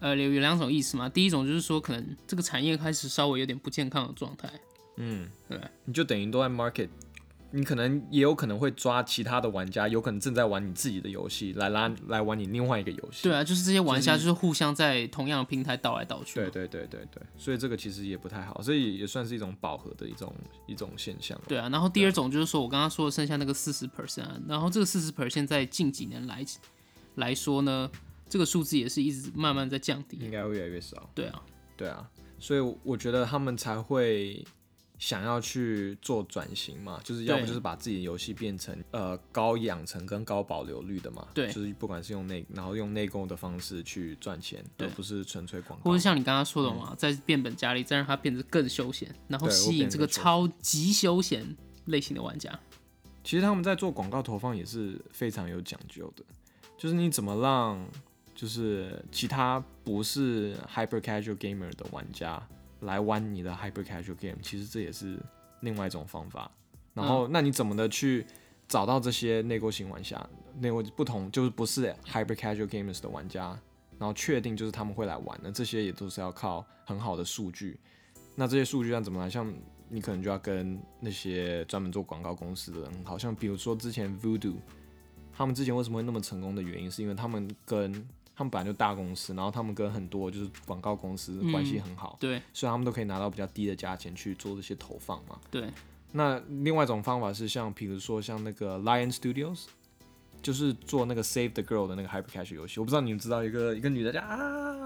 [SPEAKER 1] 呃，有有两种意思嘛。第一种就是说，可能这个产业开始稍微有点不健康的状态。
[SPEAKER 2] 你就等于都在 market。你可能也有可能会抓其他的玩家，有可能正在玩你自己的游戏来拉来玩你另外一个游戏。
[SPEAKER 1] 对啊，就是这些玩家就是互相在同样的平台倒来倒去嘛。
[SPEAKER 2] 对对对对对，所以这个其实也不太好，所以也算是一种饱和的一种一种现象。
[SPEAKER 1] 对啊，然后第二种就是说我刚刚说的剩下那个四十 percent，然啊后这个四十 percent 在近几年来来说呢，这个数字也是一直慢慢在降低。
[SPEAKER 2] 应该会越来越少。
[SPEAKER 1] 对啊，
[SPEAKER 2] 对啊，所以我觉得他们才会想要去做转型嘛，就是要不
[SPEAKER 1] 对
[SPEAKER 2] 就是把自己的游戏变成呃高养成跟高保留率的嘛，
[SPEAKER 1] 对
[SPEAKER 2] 就是不管是用内然后用内购的方式去赚钱，
[SPEAKER 1] 对
[SPEAKER 2] 而不是纯粹广
[SPEAKER 1] 或
[SPEAKER 2] 告
[SPEAKER 1] 者。像你刚刚说的嘛，在变本加厉，再让它变得更休闲，然后
[SPEAKER 2] 嗯对我
[SPEAKER 1] 吸引
[SPEAKER 2] 变
[SPEAKER 1] 这
[SPEAKER 2] 得
[SPEAKER 1] 个
[SPEAKER 2] 更休闲
[SPEAKER 1] 超级休闲类型的玩家。
[SPEAKER 2] 其实他们在做广告投放也是非常有讲究的，就是你怎么让就是其他不是 hyper casual gamer 的玩家来玩你的 hyper casual game，其实这也是另外一种方法。然后，那你怎么的去找到这些内购型玩家，内购不同就是不是 hyper casual gamers 的玩家，然后确定就是他们会来玩的，这些也都是要靠很好的数据。那这些数据要怎么来？像你可能就要跟那些专门做广告公司的人，好像比如说之前 Voodoo，他们之前为什么会那么成功的原因，是因为他们跟他们本来就大公司，然后他们跟很多就是广告公司关系很好，
[SPEAKER 1] 对
[SPEAKER 2] 所以他们都可以拿到比较低的价钱去做这些投放嘛。
[SPEAKER 1] 对，
[SPEAKER 2] 那另外一种方法是像，比如说像那个 Lion Studios，就是做那个 Save the Girl 的那个 Hyper Cash 游戏。我不知道你们知道一个一个女的就啊，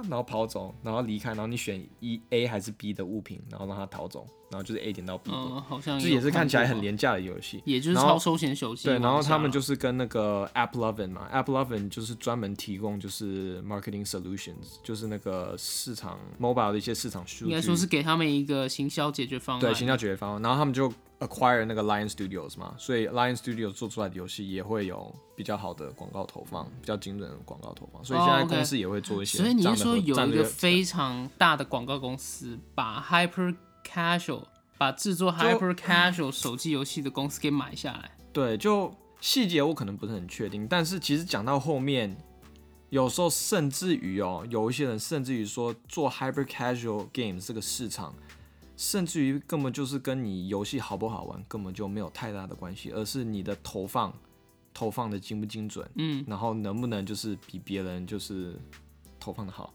[SPEAKER 2] 然后跑走，然后离开，然后你选一 A 还是 B 的物品，然后让她逃走，然后就是 A 点到 B 点，
[SPEAKER 1] 嗯，好像
[SPEAKER 2] 这也是看起来很
[SPEAKER 1] 连，
[SPEAKER 2] 廉价的游戏。
[SPEAKER 1] 也就是
[SPEAKER 2] 然后
[SPEAKER 1] 超休闲手机
[SPEAKER 2] 对，
[SPEAKER 1] 玩家啦。
[SPEAKER 2] 然后他们就是跟那个 App Lovin 嘛，App Lovin 就是专门提供就是 marketing solutions，就是那个市场 mobile 的一些市场数
[SPEAKER 1] 应
[SPEAKER 2] 据，
[SPEAKER 1] 该说是给他们一个行销解决方案。啊
[SPEAKER 2] 对，行销解决方案，然后他们就 acquire 那个 Lion Studios 嘛，所以 Lion Studios 做出来的游戏也会有比较好的广告投放，比较精准的广告投放，所以
[SPEAKER 1] 哦
[SPEAKER 2] 现在
[SPEAKER 1] OK
[SPEAKER 2] 公司也会做一些
[SPEAKER 1] 所以你
[SPEAKER 2] 这样
[SPEAKER 1] 是
[SPEAKER 2] 的
[SPEAKER 1] 说
[SPEAKER 2] 合
[SPEAKER 1] 有
[SPEAKER 2] 战
[SPEAKER 1] 一
[SPEAKER 2] 略
[SPEAKER 1] 个非常大的广告公司把 Hyper Casual 把制作 Hyper Casual 手机游戏的公司给买下来？
[SPEAKER 2] 对，就细节我可能不是很确定，但是其实讲到后面，有时候甚至于哦，有一些人甚至于说做 hyper casual game 这个市场，甚至于根本就是跟你游戏好不好玩根本就没有太大的关系，而是你的投放投放的精不精准，嗯，然后能不能就是比别人就是投放的好，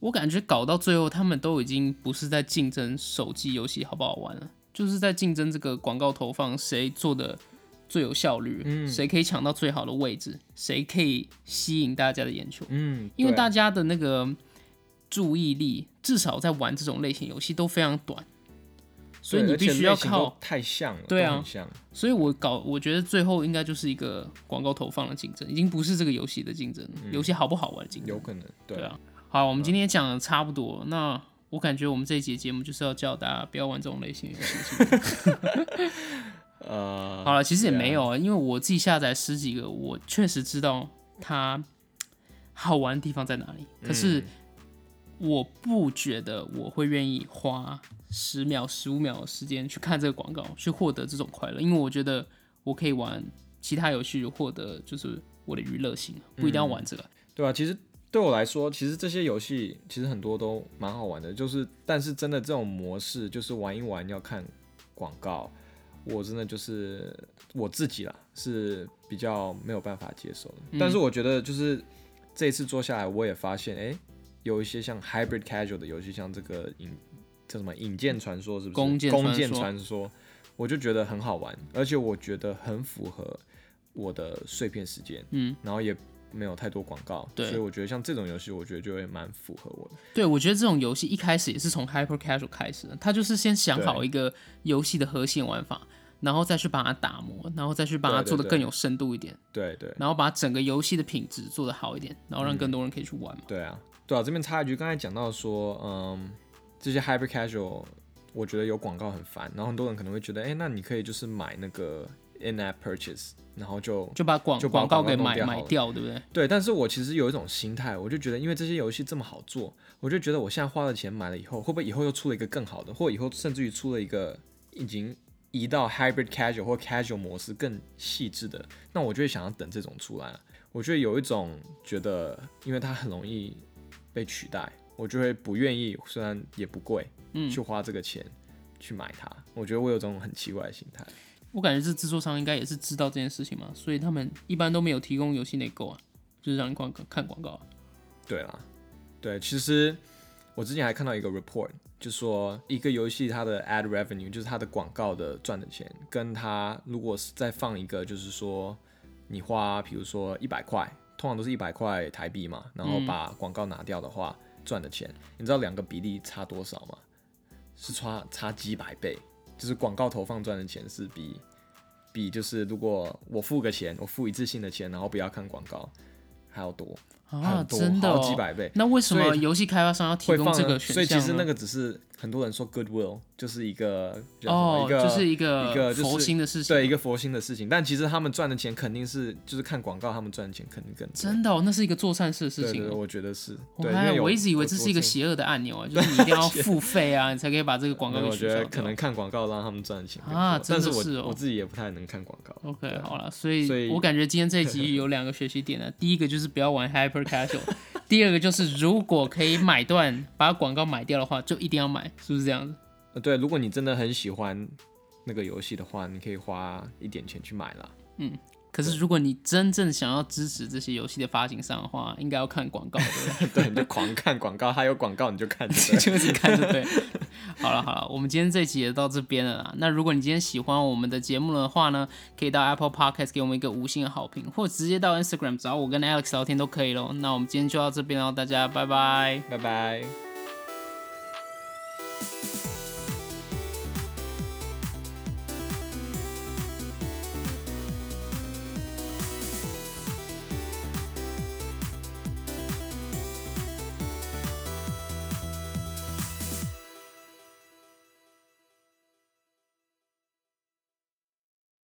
[SPEAKER 1] 我感觉搞到最后，他们都已经不是在竞争手机游戏好不好玩了，就是在竞争这个广告投放谁做的最有效率，
[SPEAKER 2] 嗯
[SPEAKER 1] 谁可以抢到最好的位置，谁可以吸引大家的眼球。
[SPEAKER 2] 嗯，
[SPEAKER 1] 因为
[SPEAKER 2] 对
[SPEAKER 1] 大家的那个注意力，至少在玩这种类型游戏都非常短，所以
[SPEAKER 2] 对
[SPEAKER 1] 你
[SPEAKER 2] 而
[SPEAKER 1] 必
[SPEAKER 2] 且
[SPEAKER 1] 须要
[SPEAKER 2] 类型都
[SPEAKER 1] 靠。
[SPEAKER 2] 太像了，
[SPEAKER 1] 对
[SPEAKER 2] 都
[SPEAKER 1] 啊
[SPEAKER 2] 很像，
[SPEAKER 1] 所以我搞，我觉得最后应该就是一个广告投放的竞争，已经不是这个游戏的竞争，游戏好不好玩的竞争。
[SPEAKER 2] 有可能对
[SPEAKER 1] 对啊，好，我们今天讲的差不多，那我感觉我们这一节节目就是要叫大家不要玩这种类型的游戏。是不是
[SPEAKER 2] 呃，
[SPEAKER 1] 好了，其实也
[SPEAKER 2] 对啊
[SPEAKER 1] 没有啊，因为我自己下载十几个，我确实知道它好玩的地方在哪里，可是
[SPEAKER 2] 嗯
[SPEAKER 1] 我不觉得我会愿意花十秒、十五秒的时间去看这个广告，去获得这种快乐，因为我觉得我可以玩其他游戏获得就是我的娱乐性，不一定要玩这个。
[SPEAKER 2] 对啊，其实对我来说，其实这些游戏其实很多都蛮好玩的，就是但是真的这种模式，就是玩一玩要看广告，我真的就是我自己啦是比较没有办法接受的。
[SPEAKER 1] 嗯
[SPEAKER 2] 但是我觉得就是这一次做下来，我也发现，哎、有一些像 hybrid casual 的游戏，像这个引叫什么《引剑传说》是不是？
[SPEAKER 1] 弓箭传说
[SPEAKER 2] 弓箭传说，我就觉得很好玩，而且我觉得很符合我的碎片时间，
[SPEAKER 1] 嗯，
[SPEAKER 2] 然后也没有太多广告，
[SPEAKER 1] 对
[SPEAKER 2] 所以我觉得像这种游戏，我觉得就会蛮符合我的。
[SPEAKER 1] 对，我觉得这种游戏一开始也是从 hyper casual 开始的，他就是先想好
[SPEAKER 2] 对
[SPEAKER 1] 一个游戏的核心玩法，然后再去把它打磨，然后再去把它
[SPEAKER 2] 对对
[SPEAKER 1] 做的
[SPEAKER 2] 对
[SPEAKER 1] 更有深度一点，
[SPEAKER 2] 对对
[SPEAKER 1] 然后把整个游戏的品质做得好一点，然后让
[SPEAKER 2] 嗯
[SPEAKER 1] 更多人可以去玩嘛。
[SPEAKER 2] 对啊，对啊，这边插一句，刚才讲到说，嗯，这些 hyper casual，我觉得有广告很烦，然后很多人可能会觉得，哎、那你可以就是买那个 in app purchase，然后就
[SPEAKER 1] 就把广
[SPEAKER 2] 就把
[SPEAKER 1] 广告
[SPEAKER 2] 广告
[SPEAKER 1] 给
[SPEAKER 2] 弄
[SPEAKER 1] 买
[SPEAKER 2] 掉
[SPEAKER 1] 买
[SPEAKER 2] 好了
[SPEAKER 1] 掉，对不对？
[SPEAKER 2] 对，但是我其实有一种心态，我就觉得，因为这些游戏这么好做，我就觉得我现在花了钱买了以后，会不会以后又出了一个更好的，或以后甚至于出了一个已经移到 hybrid casual 或 casual 模式更细致的，那我就会想要等这种出来啊。我就会有一种觉得，因为它很容易被取代，我就会不愿意，虽然也不贵，
[SPEAKER 1] 嗯
[SPEAKER 2] 去花这个钱去买它。我觉得我有种很奇怪的心态。
[SPEAKER 1] 我感觉这制作商应该也是知道这件事情嘛，所以他们一般都没有提供游戏内购啊，就是让你广看广告啊、
[SPEAKER 2] 对啦，对，其实我之前还看到一个 report，就说一个游戏它的 ad revenue，就是它的广告的赚的钱，跟它如果是再放一个，就是说你花，比如说一百块，通常都是一百块台币嘛，然后把广告拿掉的话，赚的钱，你知道两个比例差多少吗？是差差几百倍，就是广告投放赚的钱是比。比就是如果我付个钱，我付一次性的钱，然后不要看广告，还要多。
[SPEAKER 1] 啊，
[SPEAKER 2] 很多
[SPEAKER 1] 真的、哦，
[SPEAKER 2] 好几百倍
[SPEAKER 1] 那为什么
[SPEAKER 2] 所以
[SPEAKER 1] 游戏开发商要提
[SPEAKER 2] 会
[SPEAKER 1] 供
[SPEAKER 2] 放
[SPEAKER 1] 这个
[SPEAKER 2] 呢
[SPEAKER 1] 选项
[SPEAKER 2] 所以其实
[SPEAKER 1] 呢
[SPEAKER 2] 那个只是很多人说 goodwill 就是一个叫什
[SPEAKER 1] 哦，
[SPEAKER 2] 么一个
[SPEAKER 1] 就是一
[SPEAKER 2] 一个就是
[SPEAKER 1] 佛心的事情，
[SPEAKER 2] 对一个佛心的事情，但其实他们赚的钱肯定是就是看广告，他们赚的钱肯定更多。
[SPEAKER 1] 真的、哦，那是一个做善事的事
[SPEAKER 2] 对
[SPEAKER 1] 情
[SPEAKER 2] 对，
[SPEAKER 1] 哦。
[SPEAKER 2] 我觉得是。
[SPEAKER 1] 我
[SPEAKER 2] 对，因
[SPEAKER 1] 还
[SPEAKER 2] 有
[SPEAKER 1] 我一直以为
[SPEAKER 2] 我
[SPEAKER 1] 这是一个
[SPEAKER 2] 我
[SPEAKER 1] 邪恶的按钮啊，就是
[SPEAKER 2] <laughs>
[SPEAKER 1] 你一定要付费啊，你才可以把这个广告
[SPEAKER 2] 没有
[SPEAKER 1] 给
[SPEAKER 2] 我
[SPEAKER 1] 取
[SPEAKER 2] 觉
[SPEAKER 1] 消
[SPEAKER 2] 得
[SPEAKER 1] 掉。
[SPEAKER 2] 可能看广告让他们赚的钱更多
[SPEAKER 1] 啊真
[SPEAKER 2] 但
[SPEAKER 1] 的
[SPEAKER 2] 我
[SPEAKER 1] 是哦
[SPEAKER 2] 我自己也不太能看广告。
[SPEAKER 1] OK，
[SPEAKER 2] 对
[SPEAKER 1] 好了，所以
[SPEAKER 2] 所以
[SPEAKER 1] 我感觉今天这一集有两个学习点呢、啊 <laughs> 第一个就是不要玩 hyper
[SPEAKER 2] <laughs>
[SPEAKER 1] casual，第二个就是如果可以买断把广告买掉的话，就一定要买，是不是这样子？
[SPEAKER 2] 呃，对，如果你真的很喜欢那个游戏的话，你可以花一点钱去买啦。 <laughs>
[SPEAKER 1] 可是如果你真正想要支持这些游戏的发行商的话，应该要看广
[SPEAKER 2] <laughs>
[SPEAKER 1] 告，对不对？
[SPEAKER 2] 对，你就狂看广告，它有广告你就看。
[SPEAKER 1] <laughs>
[SPEAKER 2] 对
[SPEAKER 1] 就是看着对。好了好了，我们今天这期也到这边了啦。那如果你今天喜欢我们的节目的话呢，可以到 Apple Podcast 给我们一个五星的好评，或直接到 Instagram 找我跟 Alex 聊天都可以喽。那我们今天就到这边喽，大家拜拜。
[SPEAKER 2] 拜拜。